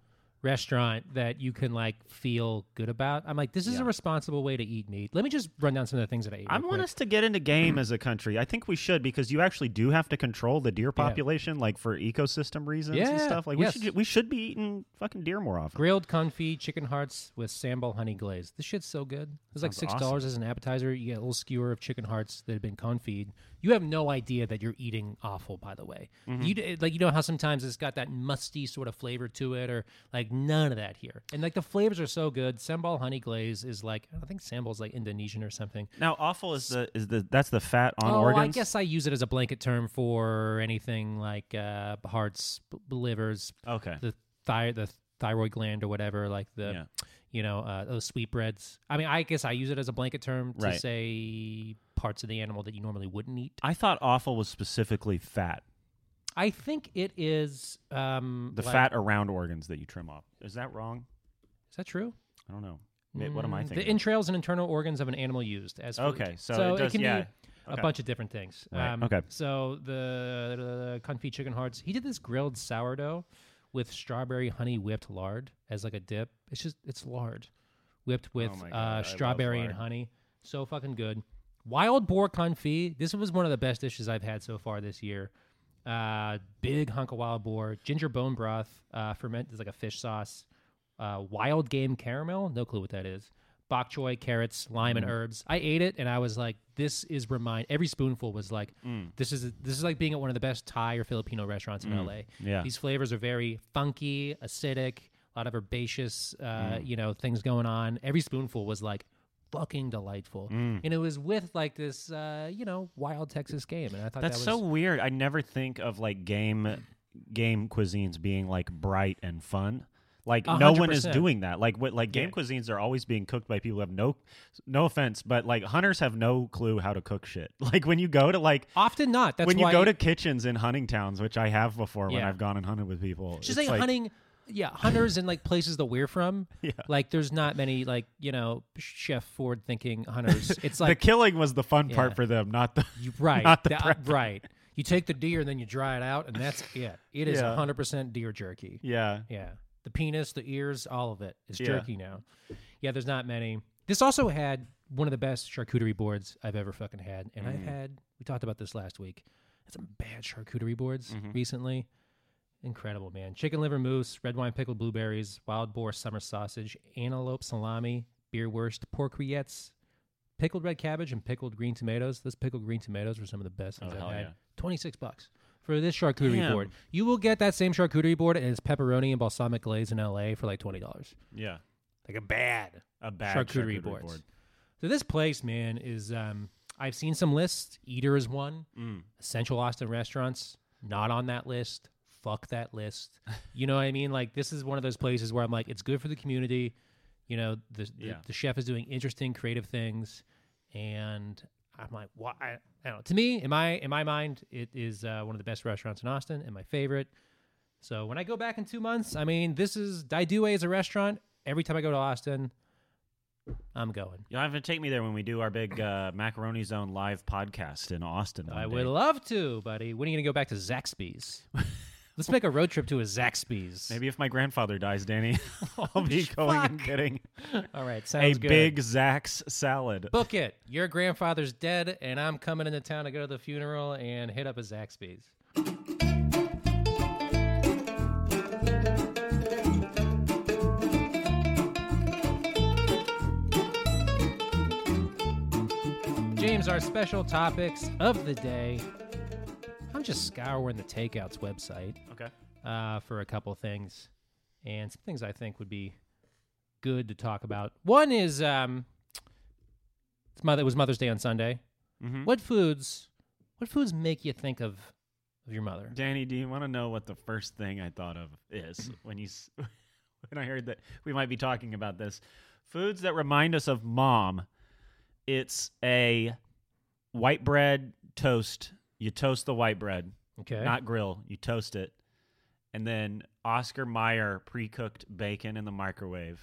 B: restaurant that you can like feel good about. I'm like, this is a responsible way to eat meat. Let me just run down some of the things that I ate.
C: I
B: real
C: want
B: quick.
C: us to get into game as a country. I think we should because you actually do have to control the deer population, like for ecosystem reasons
B: Yeah,
C: and stuff. Like
B: yes.
C: we should we should be eating fucking deer more often.
B: grilled confit chicken hearts with sambal honey glaze. This shit's so good. It's like
C: Sounds
B: six
C: awesome.
B: dollars as an appetizer. You get a little skewer of chicken hearts that have been confit. You have no idea that you're eating awful. By the way,
C: Mm-hmm.
B: you d- like you know how sometimes it's got that musty sort of flavor to it, or like none of that here. And like the flavors are so good. Sambal honey glaze is like I think sambal's like Indonesian or something.
C: Now, awful is the is the that's the fat on
B: oh,
C: organs.
B: I guess I use it as a blanket term for anything like uh, hearts, b- livers,
C: Okay.
B: the thy- the thyroid gland or whatever, like the
C: Yeah.
B: you know uh, those sweetbreads. I mean, I guess I use it as a blanket term to
C: Right.
B: say parts of the animal that you normally wouldn't eat.
C: I thought awful was specifically fat,
B: I think it is um,
C: the
B: like-
C: fat around organs that you trim off. Is that wrong?
B: Is that true?
C: I don't know. Ma- what am I
B: Mm,
C: thinking?
B: The entrails and internal organs of an animal used as food.
C: Okay, so it does-
B: can
C: yeah,
B: be
C: okay.
B: a bunch of different things. Um,
C: Right, okay.
B: So the, the confit chicken hearts. He did this grilled sourdough with strawberry honey whipped lard as like a dip. It's just it's lard whipped with
C: Oh my God, I
B: uh,
C: love
B: strawberry and
C: lard.
B: honey. So fucking good. Wild boar confit. This was one of the best dishes I've had so far this year. Uh, big hunk of wild boar, ginger bone broth, uh, ferment is like a fish sauce, uh, wild game caramel. No clue what that is. Bok choy, carrots, lime,
C: Mm.
B: and herbs. I ate it and I was like, this is remind. Every spoonful was like,
C: Mm.
B: this is this is like being at one of the best Thai or Filipino restaurants in LA.
C: yeah.
B: these flavors are very funky, acidic, a lot of herbaceous, uh,
C: Mm.
B: you know, things going on. Every spoonful was like fucking delightful,
C: Mm.
B: and it was with like this, uh, you know, wild Texas game, and I thought
C: That's
B: that
C: so
B: was
C: weird. I never think of like game game cuisines being like bright and fun. Like
B: A
C: no
B: hundred
C: one is
B: percent.
C: doing that. Like what like game
B: Yeah.
C: cuisines are always being cooked by people who have no no offense, but like hunters have no clue how to cook shit. Like when you go to like
B: often not. That's
C: when you
B: why
C: go to kitchens in hunting towns, which I have before when
B: Yeah.
C: I've gone and hunted with people.
B: Just
C: it's
B: like, hunting, yeah, hunters in like places that we're from.
C: Yeah.
B: Like there's not many like you know chef forward thinking hunters. It's like
C: the killing was the fun
B: Yeah.
C: part for them, not the
B: you, right,
C: not the
B: that-
C: prep.
B: right. You take the deer and then you dry it out, and that's it. It is
C: Yeah.
B: 100% deer jerky.
C: Yeah.
B: Yeah. The penis, the ears, all of it is
C: Yeah.
B: jerky now. Yeah, there's not many. This also had one of the best charcuterie boards I've ever fucking had. And
C: Mm.
B: I've had, we talked about this last week, I had some bad charcuterie boards
C: Mm-hmm.
B: recently. Incredible, man. Chicken liver mousse, red wine pickled blueberries, wild boar summer sausage, antelope salami, beer wurst, pork rillettes, pickled red cabbage, and pickled green tomatoes. Those pickled green tomatoes were some of the best things
C: Oh, hell
B: I've had.
C: yeah.
B: 26 bucks for this charcuterie
C: Damn.
B: board. You will get that same charcuterie board and it's pepperoni and balsamic glaze in LA for like $20.
C: Yeah.
B: Like a bad
C: A bad
B: charcuterie,
C: charcuterie,
B: boards.
C: board.
B: So this place, man, is um, I've seen some lists. Eater is one.
C: Mm.
B: Essential Austin restaurants not on that list. Fuck that list. you know what I mean? Like this is one of those places where I'm like, it's good for the community. You know, the the,
C: Yeah.
B: the chef is doing interesting, creative things, and I'm like, why? I, I don't know. To me, in my in my mind, it is uh, one of the best restaurants in Austin and my favorite. So when I go back in two months, I mean, this is Daidue is a restaurant. Every time I go to Austin, I'm going.
C: You'll have to take me there when we do our big uh, Macaroni Zone live podcast in Austin.
B: I
C: one
B: would
C: day.
B: love to, buddy. When are you going to go back to Zaxby's? Let's make a road trip to a Zaxby's.
C: Maybe if my grandfather dies, Danny, I'll be going and getting
B: All right.
C: a
B: Sounds good.
C: big Zach's salad.
B: book it. Your grandfather's dead, and I'm coming into town to go to the funeral and hit up a Zaxby's. James, our special topics of the day. I'm just scouring the takeouts website.
C: Okay.
B: uh, for a couple things, and some things I think would be good to talk about. One is um, it's mother. It was Mother's Day on Sunday.
C: Mm-hmm.
B: What foods? What foods make you think of of your mother?
C: Danny, do you want to know what the first thing I thought of is when you s- when I heard that we might be talking about this? Foods that remind us of mom. It's a white bread toast. You toast the white bread,
B: Okay,
C: not grill. You toast it, and then Oscar Mayer pre-cooked bacon in the microwave,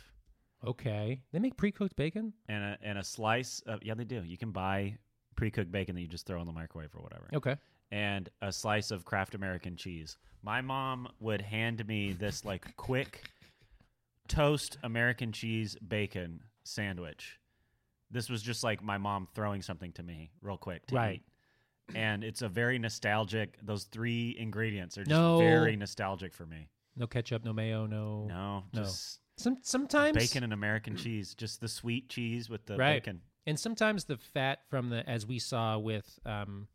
B: okay. They make pre-cooked bacon.
C: and a and a slice of yeah they do. You can buy pre-cooked bacon that you just throw in the microwave or whatever.
B: Okay,
C: and a slice of Kraft American cheese. My mom would hand me this like quick toast American cheese bacon sandwich. This was just like my mom throwing something to me real quick to
B: Right.
C: eat. And it's a very nostalgic. Those three ingredients are just
B: No.
C: very nostalgic for me.
B: no ketchup, no mayo, no.
C: No,
B: No.
C: just
B: Some sometimes
C: bacon and American cheese, just the sweet cheese with the
B: right,
C: bacon.
B: and sometimes the fat from the as we saw with um,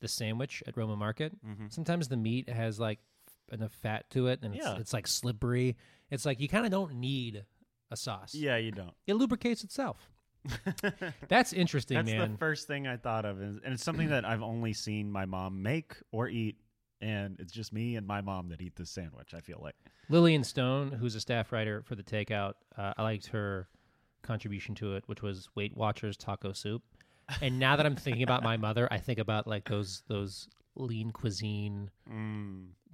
B: the sandwich at Roma Market.
C: Mm-hmm.
B: sometimes the meat has like f- enough fat to it and it's,
C: Yeah.
B: it's like slippery it's like you kind of don't need a sauce
C: Yeah, you don't.
B: it lubricates itself that's interesting
C: That's
B: man
C: the first thing I thought of, is, and it's something that I've only seen my mom make or eat, and it's just me and my mom that eat this sandwich. I feel like
B: lillian stone who's a staff writer for the takeout uh, i liked her contribution to it which was weight watchers taco soup and now that i'm thinking about my mother i think about like those those lean cuisine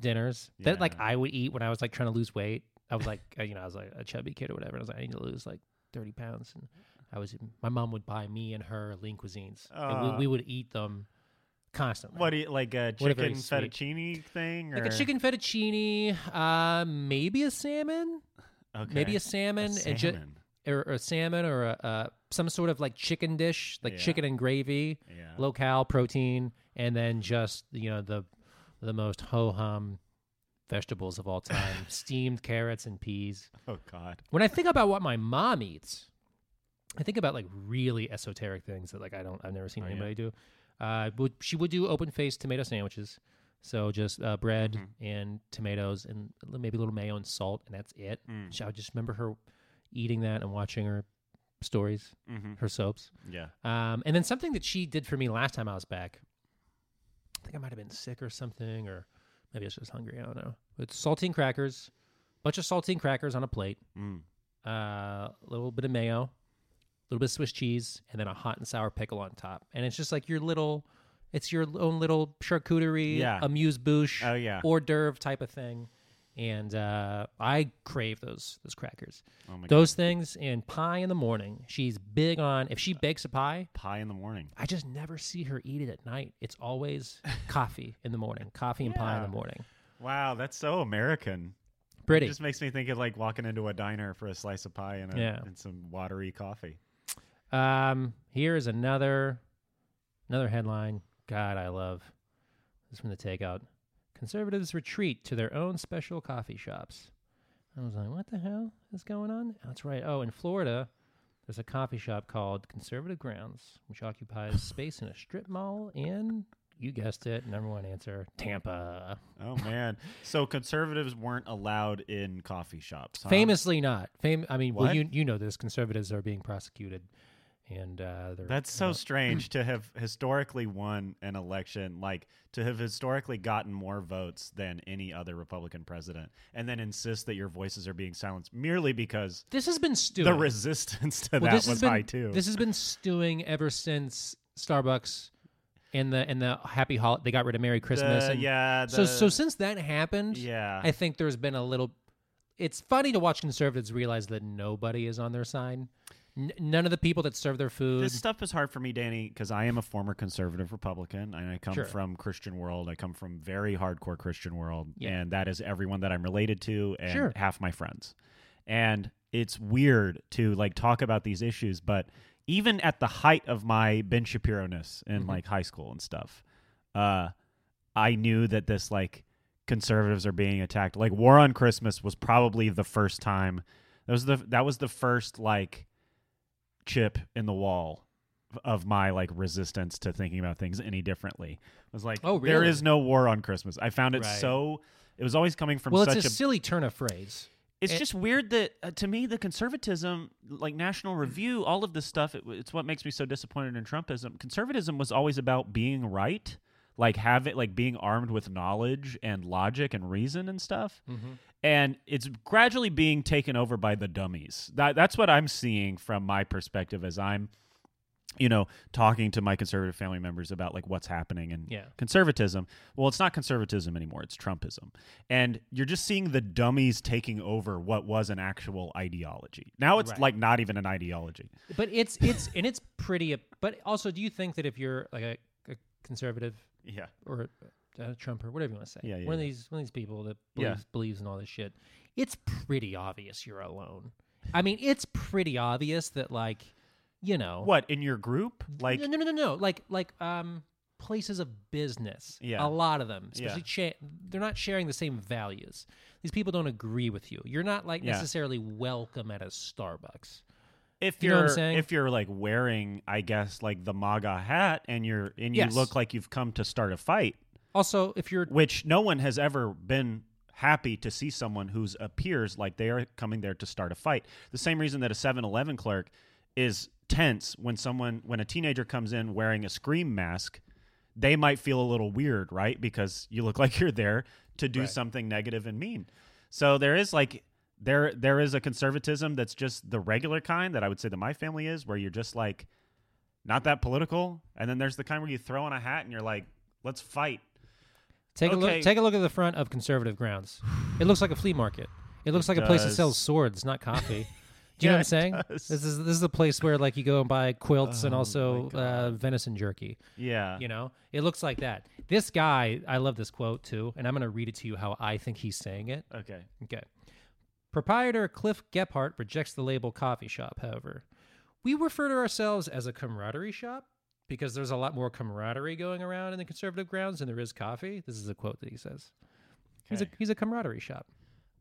B: dinners that like
C: Yeah.
B: I would eat when I was like trying to lose weight. I was like, uh, you know, I was like a chubby kid or whatever. And I was like, I need to lose like thirty pounds, and I was. My mom would buy me and her lean cuisines, and
C: Uh.
B: we, we would eat them constantly.
C: what do you, like a
B: What a very
C: chicken fettuccine thing, or
B: like a chicken fettuccine, uh, maybe a salmon,
C: Okay.
B: maybe a salmon, and ju-
C: salmon.
B: or, or a salmon, or a, uh, some sort of like chicken dish, like
C: Yeah.
B: chicken and gravy,
C: Yeah.
B: low cal protein, and then just you know the the most ho hum vegetables of all time: steamed carrots and peas.
C: oh God,
B: When I think about what my mom eats, I think about like really esoteric things that like I don't I've never seen
C: Oh, yeah.
B: anybody do. Uh, would she would do open faced tomato sandwiches? So just uh, bread
C: Mm-hmm.
B: and tomatoes and a li- maybe a little mayo and salt, and that's it.
C: Mm.
B: So I just remember her eating that and watching her stories,
C: mm-hmm.
B: her soaps.
C: yeah,
B: Um, and then something that she did for me last time I was back. I think I might have been sick or something, or maybe I was just hungry. I don't know. It's saltine crackers, bunch of saltine crackers on a plate uh,
C: mm.
B: a little bit of mayo, a little bit of Swiss cheese, and then a hot and sour pickle on top. And it's just like your little, it's your own little charcuterie,
C: Yeah.
B: amuse bouche,
C: Oh, yeah.
B: hors d'oeuvre type of thing. And uh, I crave those those crackers,
C: Oh my
B: those things, and pie in the morning. She's big on if she bakes a pie.
C: pie in the morning.
B: I just never see her eat it at night. It's always coffee in the morning, coffee and pie in the
C: Yeah.
B: morning.
C: Wow, that's so American.
B: Pretty.
C: It just makes me think of like walking into a diner for a slice of pie and, a,
B: Yeah.
C: and some watery coffee.
B: Um, here is another another headline. God, I love this is from the takeout. Conservatives retreat to their own special coffee shops. I was like, what the hell is going on? Oh, That's right. Oh, in Florida, there's a coffee shop called Conservative Grounds, which occupies space in a strip mall in, you guessed it, number one answer, Tampa.
C: Oh man. so conservatives weren't allowed in coffee shops. huh?
B: Famously not. Fam- I mean, well,
C: What?
B: you you know this. Conservatives are being prosecuted, and uh, they're
C: That's so strange to have historically won an election, like to have historically gotten more votes than any other Republican president, and then insist that your voices are being silenced merely because
B: This has been stewing.
C: the resistance
B: Well,
C: to that
B: this has
C: was
B: been-
C: high too.
B: This has been stewing ever since Starbucks and the and the happy holiday. They got rid of Merry Christmas.
C: The-
B: and
C: yeah.
B: So so
C: the-
B: since that happened,
C: yeah.
B: I think there's been a little. It's funny to watch conservatives realize that nobody is on their side. N- none of the people that serve their food.
C: This stuff is hard for me, Danny, because I am a former conservative Republican, and I come
B: Sure.
C: from Christian world. I come from very hardcore Christian world,
B: Yeah.
C: and that is everyone that I'm related to and
B: Sure.
C: half my friends. And it's weird to like talk about these issues, but even at the height of my Ben Shapiro ness in
B: Mm-hmm.
C: like high school and stuff, uh, I knew that this like conservatives are being attacked. Like War on Christmas was probably the first time. That was the that was the first like chip in the wall of my like resistance to thinking about things any differently. I was like,
B: Oh,
C: there
B: really?
C: is no war on Christmas. I found it
B: Right.
C: so. It was always coming from
B: well, it's
C: such
B: a,
C: a.
B: silly turn of phrase.
C: it's
B: it-
C: just weird that uh, to me the conservatism, like National Review, all of this stuff, it, it's what makes me so disappointed in Trumpism. Conservatism was always about being right, like have it, like being armed with knowledge and logic and reason and stuff and it's gradually being taken over by the dummies. That, that's what I'm seeing from my perspective as I'm, you know, talking to my conservative family members about like what's happening and
B: Yeah.
C: conservatism. Well, it's not conservatism anymore; it's Trumpism, and you're just seeing the dummies taking over what was an actual ideology. Now it's
B: Right.
C: like not even an ideology.
B: But it's it's and it's pretty. But also, do you think that if you're like a, a conservative
C: Yeah.
B: or uh, Trump or whatever you want to say.
C: Yeah, yeah,
B: one of
C: yeah.
B: these one of these people that
C: Yeah.
B: believes, believes in all this shit. It's pretty obvious you're alone. I mean, it's pretty obvious that like, you know,
C: What in your group? Like
B: no, no, no, no, no. Like like um places of business.
C: Yeah.
B: a lot of them,
C: Yeah.
B: especially cha- they're not sharing the same values. These people don't agree with you. You're not like
C: Yeah.
B: necessarily welcome at a Starbucks.
C: if
B: You
C: you're
B: know what I'm saying?
C: if you're like wearing, I guess, like the MAGA hat, and you're and you
B: Yes.
C: look like you've come to start a fight.
B: Also, if you're
C: which no one has ever been happy to see someone who's appears like they are coming there to start a fight. The same reason that a 7-Eleven clerk is tense when someone when a teenager comes in wearing a scream mask, they might feel a little weird, right? Because you look like you're there to do something negative and mean. So there is like there there is a conservatism that's just the regular kind that I would say that my family is where you're just like not that political and then there's the kind where you throw on a hat and you're like let's fight
B: Take a
C: Okay.
B: look. Take a look at the front of Conservative Grounds. It looks like a flea market. It looks like a place that
C: does.
B: sells swords, not coffee. Do you know what I'm saying? This is this is a place where like you go and buy quilts and also uh, venison jerky.
C: Oh Yeah.
B: You know, it looks like that. This guy, I love this quote too, and I'm going to read it to you how I think he's saying it.
C: Okay.
B: Okay. Proprietor Cliff Gephardt rejects the label coffee shop, however. We refer to ourselves as a camaraderie shop because there's a lot more camaraderie going around in the conservative grounds than there is coffee. This is a quote that he says. He's a
C: Okay.
B: he's a camaraderie shop.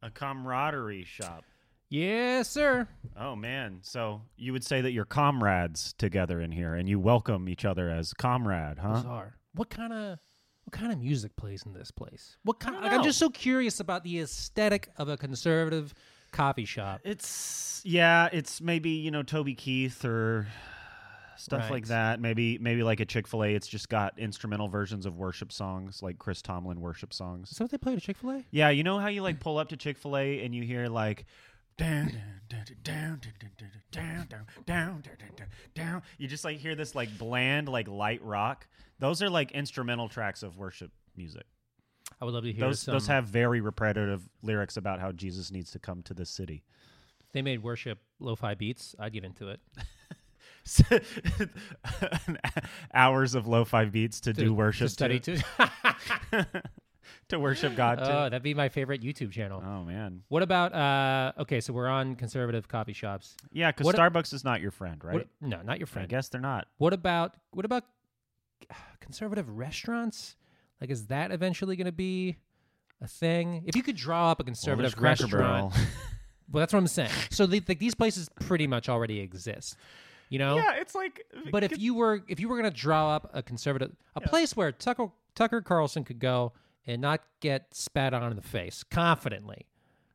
C: A camaraderie shop.
B: Yes, sir.
C: Oh man. So you would say that you're comrades together in here and you welcome each other as comrade, huh?
B: Bizarre. What kind of what kind of music plays in this place? What kind?
C: don't
B: Like, I'm
C: know.
B: just so curious about the aesthetic of a conservative coffee shop.
C: It's yeah, it's maybe, you know, Toby Keith or stuff
B: Right.
C: like that. Maybe maybe like a Chick-fil-A, it's just got instrumental versions of worship songs, like Chris Tomlin worship songs.
B: Is that what they play at Chick Fil A?
C: Yeah, you know how you like pull up to Chick Fil A and you hear like. Down, down, down, down, down, down, down, down, down, down. You just like hear this like bland, like light rock. Those are like instrumental tracks of worship music.
B: I would love to hear
C: Those
B: some.
C: those have very repetitive lyrics about how Jesus needs to come to this city.
B: they made worship lo-fi beats. I'd get into it.
C: Hours of lo-fi beats to, do worship
B: to study
C: to.
B: to.
C: to worship God
B: Oh,
C: to.
B: that'd be my favorite YouTube channel.
C: Oh man,
B: What about uh okay, so we're on conservative coffee shops.
C: yeah, because
B: What-
C: Starbucks is not your friend, right?
B: What, no, not your
C: I
B: friend.
C: guess they're not.
B: What about what about conservative restaurants? Like is that eventually going to be a thing? If you could draw up a conservative restaurant. Well, that's what I'm saying. So the, like these places pretty much already exist. You know?
C: Yeah, it's like.
B: But if you were if you were going to draw up a conservative a place where Tucker Tucker Carlson could go and not get spat on in the face confidently.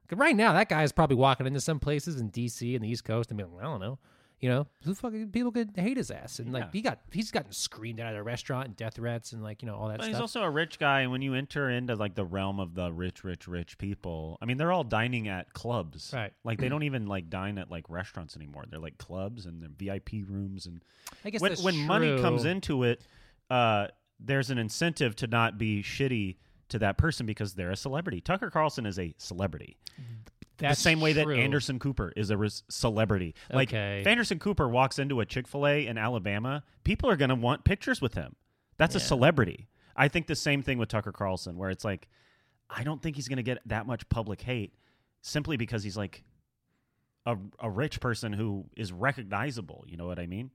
B: 'Cause Right now, that guy is probably walking into some places in D.C. and the East Coast and being like, I don't know, you know, who fucking people could hate his ass and like
C: Yeah.
B: he got he's gotten screamed out at a restaurant and death threats and like you know all that
C: But
B: stuff.
C: he's also a rich guy, and when you enter into like the realm of the rich, rich, rich people, I mean, they're all dining at clubs,
B: Right. Mm-hmm.
C: Like they don't even like dine at like restaurants anymore. They're like clubs and they're VIP rooms, and
B: I guess
C: when
B: that's
C: when money comes
B: true.
C: into it, uh, there's an incentive to not be shitty to that person because they're a celebrity. Tucker Carlson is a celebrity.
B: That's
C: the same way that
B: true.
C: Anderson Cooper is a res- celebrity. Like
B: Okay.
C: if Anderson Cooper walks into a Chick Fil A in Alabama, people are going to want pictures with him. That's a celebrity. I think the same thing with Tucker Carlson, where it's like, I don't think he's going to get that much public hate simply because he's like a a rich person who is recognizable. You know what I mean?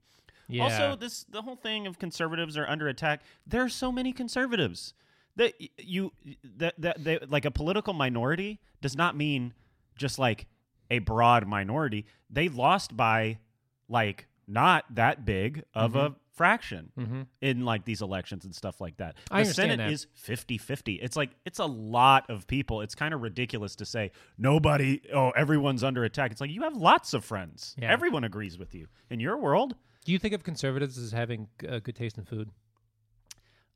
B: yeah.
C: Also, this the whole thing of conservatives are under attack. There are so many conservatives that y- you that that they, like a political minority does not mean just like a broad minority. They lost by like not that big of
B: Mm-hmm.
C: a fraction in like these elections and stuff like that.
B: I
C: the
B: understand
C: Senate
B: that.
C: is 50-50. It's like it's a lot of people. It's kind of ridiculous to say nobody oh everyone's under attack. It's like you have lots of friends.
B: Yeah.
C: Everyone agrees with you. In your world,
B: do you think of conservatives as having uh, good taste in food?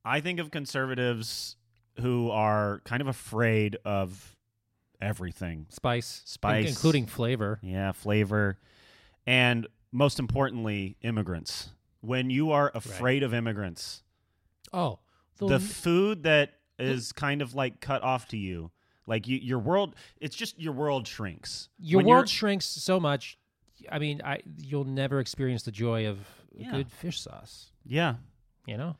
C: I think of conservatives who are kind of afraid of everything.
B: Spice, in-
C: Spice.
B: including flavor.
C: Yeah, flavor. And most importantly, immigrants. When you are afraid of immigrants,
B: Oh, the,
C: the food that is kind of like cut off to you, like you, your world, it's just your world shrinks.
B: your
C: When you're-
B: world shrinks so much. I mean, I you'll never experience the joy of
C: Yeah.
B: good fish sauce.
C: Yeah.
B: You know,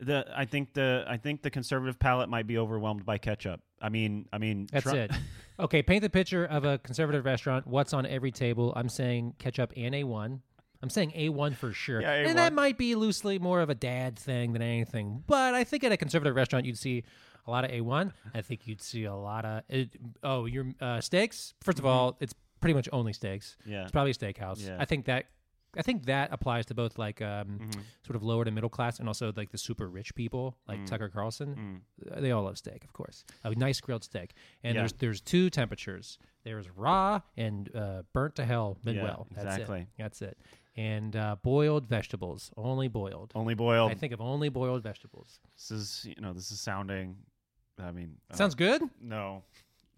C: The I think the I think the conservative palate might be overwhelmed by ketchup. I mean, I mean
B: that's
C: Tru-
B: it. Okay, paint the picture of a conservative restaurant. What's on every table? I'm saying ketchup and a one. I'm saying a one for sure,
C: Yeah,
B: and that
C: A1.
B: might be loosely more of a dad thing than anything. But I think at a conservative restaurant, you'd see a lot of a one. I think you'd see a lot of it, oh, your uh, steaks. First of all, it's pretty much only steaks.
C: Mm-hmm. Yeah.
B: it's probably a steakhouse.
C: Yeah.
B: I think that I think that applies to both like um,
C: Mm-hmm.
B: sort of lower to middle class and also like the super rich people like
C: Mm.
B: Tucker Carlson. Uh, They all love steak, of course. A nice grilled steak. And
C: Yeah.
B: there's there's two temperatures. There's raw and uh, burnt to hell midwell. That's
C: exactly.
B: It. That's it. And uh, boiled vegetables, only boiled.
C: only boiled.
B: I think of only boiled vegetables.
C: This is you know this is sounding. I mean, uh,
B: Sounds good.
C: no.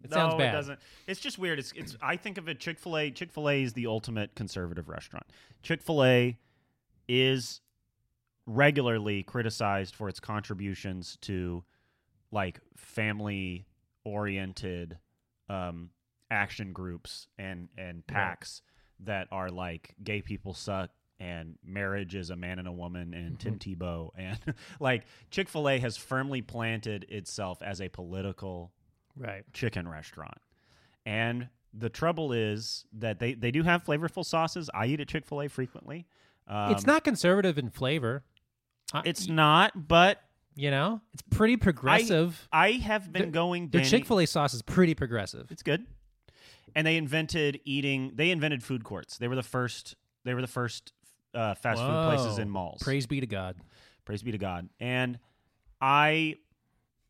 B: It
C: no,
B: sounds bad.
C: It doesn't. It's just weird. It's it's. I think of it. Chick fil A. Chick fil A is the ultimate conservative restaurant. Chick fil A is regularly criticized for its contributions to like family oriented um, action groups and and packs that are like gay people suck and marriage is a man and a woman and Tim
B: Mm-hmm.
C: Tebow and like Chick fil A has firmly planted itself as a political
B: Right.
C: chicken restaurant. And the trouble is that they, they do have flavorful sauces. I eat at Chick fil A frequently. Um,
B: it's not conservative in flavor. I-
C: It's not, but
B: you know, it's pretty progressive.
C: I, I have been going.
B: Their
C: Danny-
B: Chick fil A sauce is pretty progressive.
C: It's good. And they invented eating. They invented food courts. They were the first. They were the first uh, fast food places
B: Whoa.
C: in malls.
B: Praise be to God.
C: Praise be to God. And I,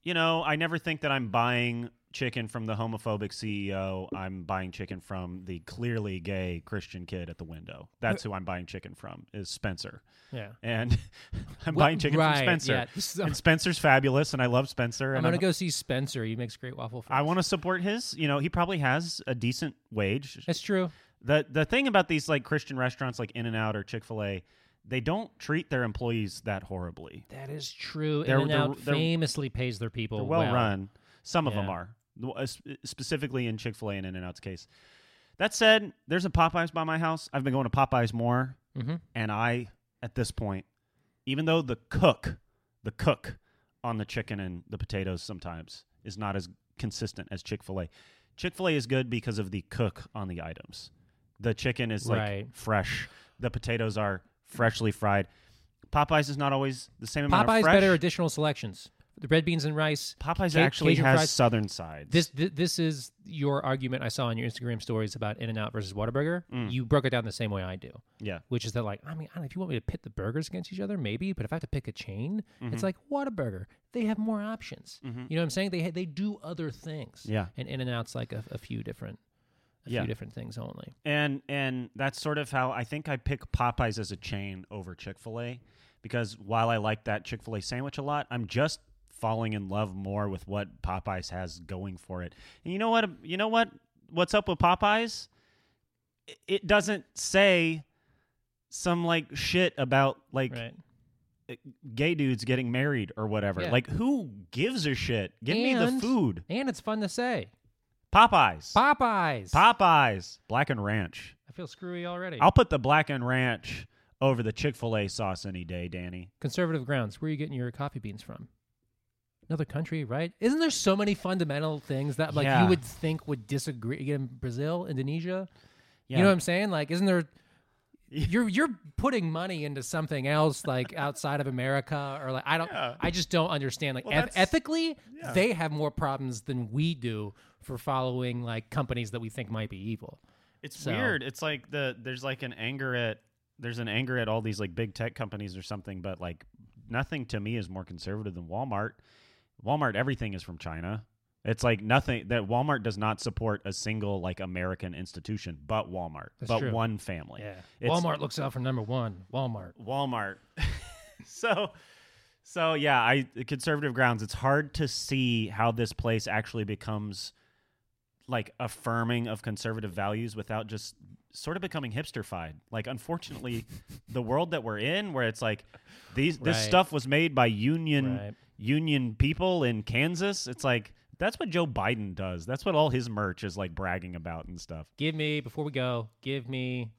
C: you know, I never think that I'm buying chicken from the homophobic CEO. I'm buying chicken from the clearly gay Christian kid at the window. That's who I'm buying chicken from is Spencer.
B: Yeah.
C: And I'm
B: Well,
C: buying chicken
B: right,
C: from Spencer.
B: yeah. So-
C: and Spencer's fabulous, and I love Spencer.
B: I'm
C: And
B: gonna go see Spencer. He makes great waffle.
C: I want to support his. You know, he probably has a decent wage.
B: That's true.
C: The the thing about these like Christian restaurants like In and Out or Chick fil A, they don't treat their employees that horribly.
B: That is true.
C: They're-
B: In and
C: they're-
B: Out
C: they're-
B: famously pays their people
C: They're well, run. Some of them
B: Yeah.
C: are, The- uh, sp- specifically in Chick fil A and In N Out's case. That said, there's a Popeyes by my house. I've been going to Popeyes more.
B: Mhm.
C: And I, at this point, even though the cook, the cook on the chicken and the potatoes sometimes is not as consistent as Chick fil A. Chick fil A is good because of the cook on the items. The chicken is like
B: Right.
C: fresh, the potatoes are freshly fried. Popeyes is not always the same amount
B: Popeye's
C: of fresh.
B: better additional selections. The red beans and rice.
C: Popeyes
B: Ca-
C: actually
B: Cajun
C: has
B: fries.
C: southern sides.
B: This th- this is your argument I saw on your Instagram stories about In and Out versus Whataburger.
C: Mm.
B: You broke it down the same way I do,
C: yeah.
B: which is that like I mean I don't know, if you want me to pit the burgers against each other, maybe, but if I have to pick a chain,
C: Mm-hmm.
B: it's like Whataburger. They have more options. You know what I'm saying? They ha- they do other things.
C: Yeah.
B: and In and Out's like a, a few different. A
C: Yeah.
B: few different things only.
C: and and that's sort of how I think I pick Popeyes as a chain over Chick Fil A, because while I like that Chick Fil A sandwich a lot, I'm just falling in love more with what Popeyes has going for it. And you know what? You know what? What's up with Popeyes? I- It doesn't say some like shit about like
B: Right.
C: gay dudes getting married or whatever.
B: Yeah.
C: Like who gives a shit? Give me the
B: And-
C: food.
B: And it's fun to say.
C: Popeyes.
B: Popeyes.
C: Popeyes. Black and ranch.
B: I feel screwy already.
C: I'll put the black and ranch over the Chick fil A sauce any day, Danny.
B: conservative grounds. Where are you getting your coffee beans from? Another country, right? Isn't there so many fundamental things that like
C: Yeah.
B: you would think would disagree again? Brazil, Indonesia.
C: Yeah.
B: You know what I'm saying? Like, isn't there? You're you're putting money into something else, like outside of America, or like I don't. I just don't understand. Like eth- ethically, they have more problems than we do for following like companies that we think might be evil.
C: It's
B: So-
C: weird. It's like the there's like an anger at there's an anger at all these like big tech companies or something, but like nothing to me is more conservative than Walmart. Walmart, everything is from China. It's like nothing that Walmart does not support a single like American institution, but Walmart,
B: That's
C: but
B: true.
C: one family. It's-
B: Walmart looks out for number one. Walmart.
C: Walmart. so so yeah, I conservative grounds, it's hard to see how this place actually becomes like affirming of conservative values without just sort of becoming hipsterfied. Like unfortunately, the world that we're in where it's like these this
B: Right.
C: stuff was made by union
B: Right.
C: union people in Kansas. It's like that's what Joe Biden does. That's what all his merch is like bragging about and stuff.
B: give me before we go give me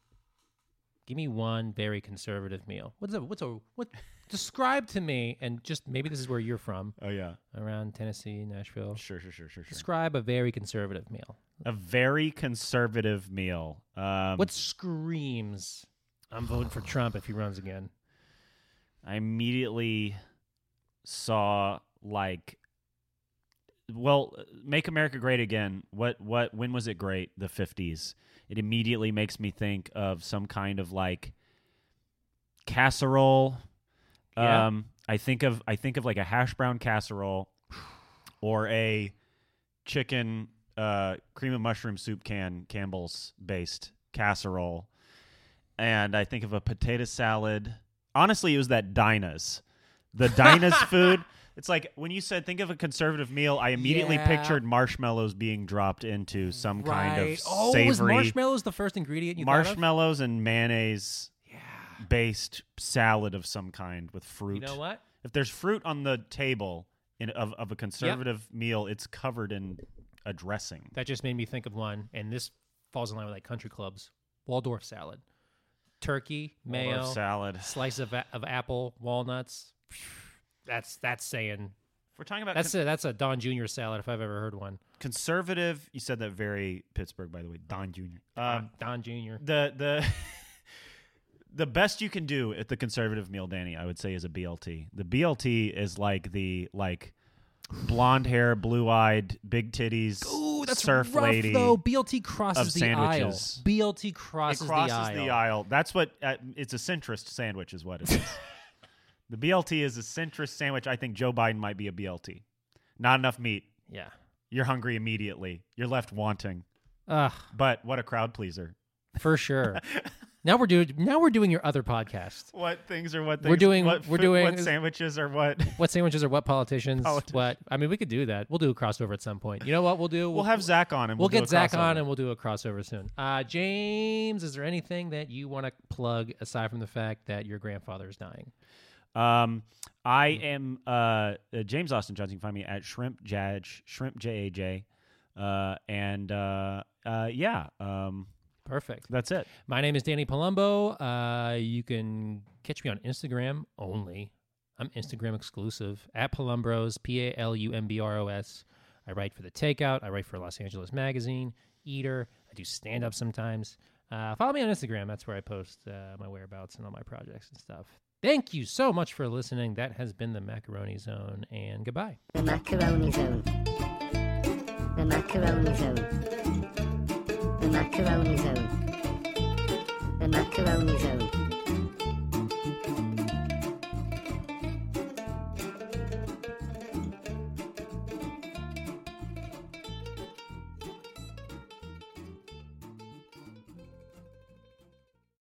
B: give me one very conservative meal what's a what's a what describe to me and just maybe this is where you're from
C: Oh yeah.
B: around tennessee nashville
C: Sure, sure, sure, sure, sure.
B: describe a very conservative meal
C: A very conservative meal. Um,
B: what screams i'm voting for trump if he runs again
C: I immediately saw like well make america great again what what when was it great the 50s it immediately makes me think of some kind of like casserole
B: Yeah.
C: um i think of i think of like a hash brown casserole or a chicken uh cream and mushroom soup can campbell's based casserole and I think of a potato salad. Honestly, it was that Dinah's. The Dinah's food. It's like when you said think of a conservative meal, I immediately
B: Yeah.
C: pictured marshmallows being dropped into some kind of
B: oh was
C: savory
B: marshmallows the first ingredient you thought of?
C: marshmallows and mayonnaise based salad of some kind with fruit.
B: you know what
C: If there's fruit on the table in, of, of a conservative meal, it's covered in a dressing.
B: That just made me think of one, and this falls in line with like country clubs. Waldorf salad, turkey, mayo,
C: Waldorf salad.
B: slice of, a- of apple, walnuts. That's that's saying
C: If we're talking about
B: that's
C: con-
B: a that's a Don Jr. salad if I've ever heard one.
C: conservative, you said that very Pittsburgh, by the way, Don Jr.
B: Uh,
C: Um,
B: Don Jr.
C: the the the best you can do at the conservative meal, Danny, I would say, is a BLT. The BLT is like the like blonde hair, blue eyed, big titties, surf
B: rough
C: lady.
B: though. BLT crosses
C: of
B: the aisle.
C: sandwiches.
B: BLT
C: It
B: crosses,
C: crosses
B: the aisle.
C: That's what uh, it's a centrist sandwich, is what it is. the BLT is a centrist sandwich. I think Joe Biden might be a BLT. Not enough meat.
B: Yeah.
C: You're hungry immediately. You're left wanting.
B: Ugh,
C: But what a crowd pleaser.
B: for sure. now we're doing now we're doing your other podcast.
C: What things are what
B: We're
C: things?
B: doing-
C: What
B: we're
C: food-
B: doing-
C: What sandwiches are what?
B: What sandwiches are what politicians?
C: Politicians.
B: What I mean, we could do that. We'll do a crossover at some point. You know what we'll do?
C: We'll have Zach on and
B: We'll,
C: we'll, do
B: get
C: a
B: Zach on
C: crossover.
B: and we'll do a crossover soon. Uh, James, is there anything that you want to plug aside from the fact that your grandfather is dying?
C: Um, I
B: Mm-hmm.
C: am uh, uh, James Austin Johnson. You can find me at Shrimp Jaj, Shrimp J A J, uh, and uh, uh, yeah, um,
B: Perfect.
C: that's it.
B: My name is Danny Palumbo. Uh, you can catch me on Instagram only. I'm Instagram exclusive at Palumbros, P A L U M B R O S. I write for The Takeout. I write for Los Angeles Magazine, Eater. I do stand up sometimes. Uh, follow me on Instagram. That's where I post uh, my whereabouts and all my projects and stuff. Thank you so much for listening. That has been the Macaroni Zone, and goodbye.
A: The Macaroni Zone. The Macaroni Zone. The Macaroni Zone. The Macaroni Zone.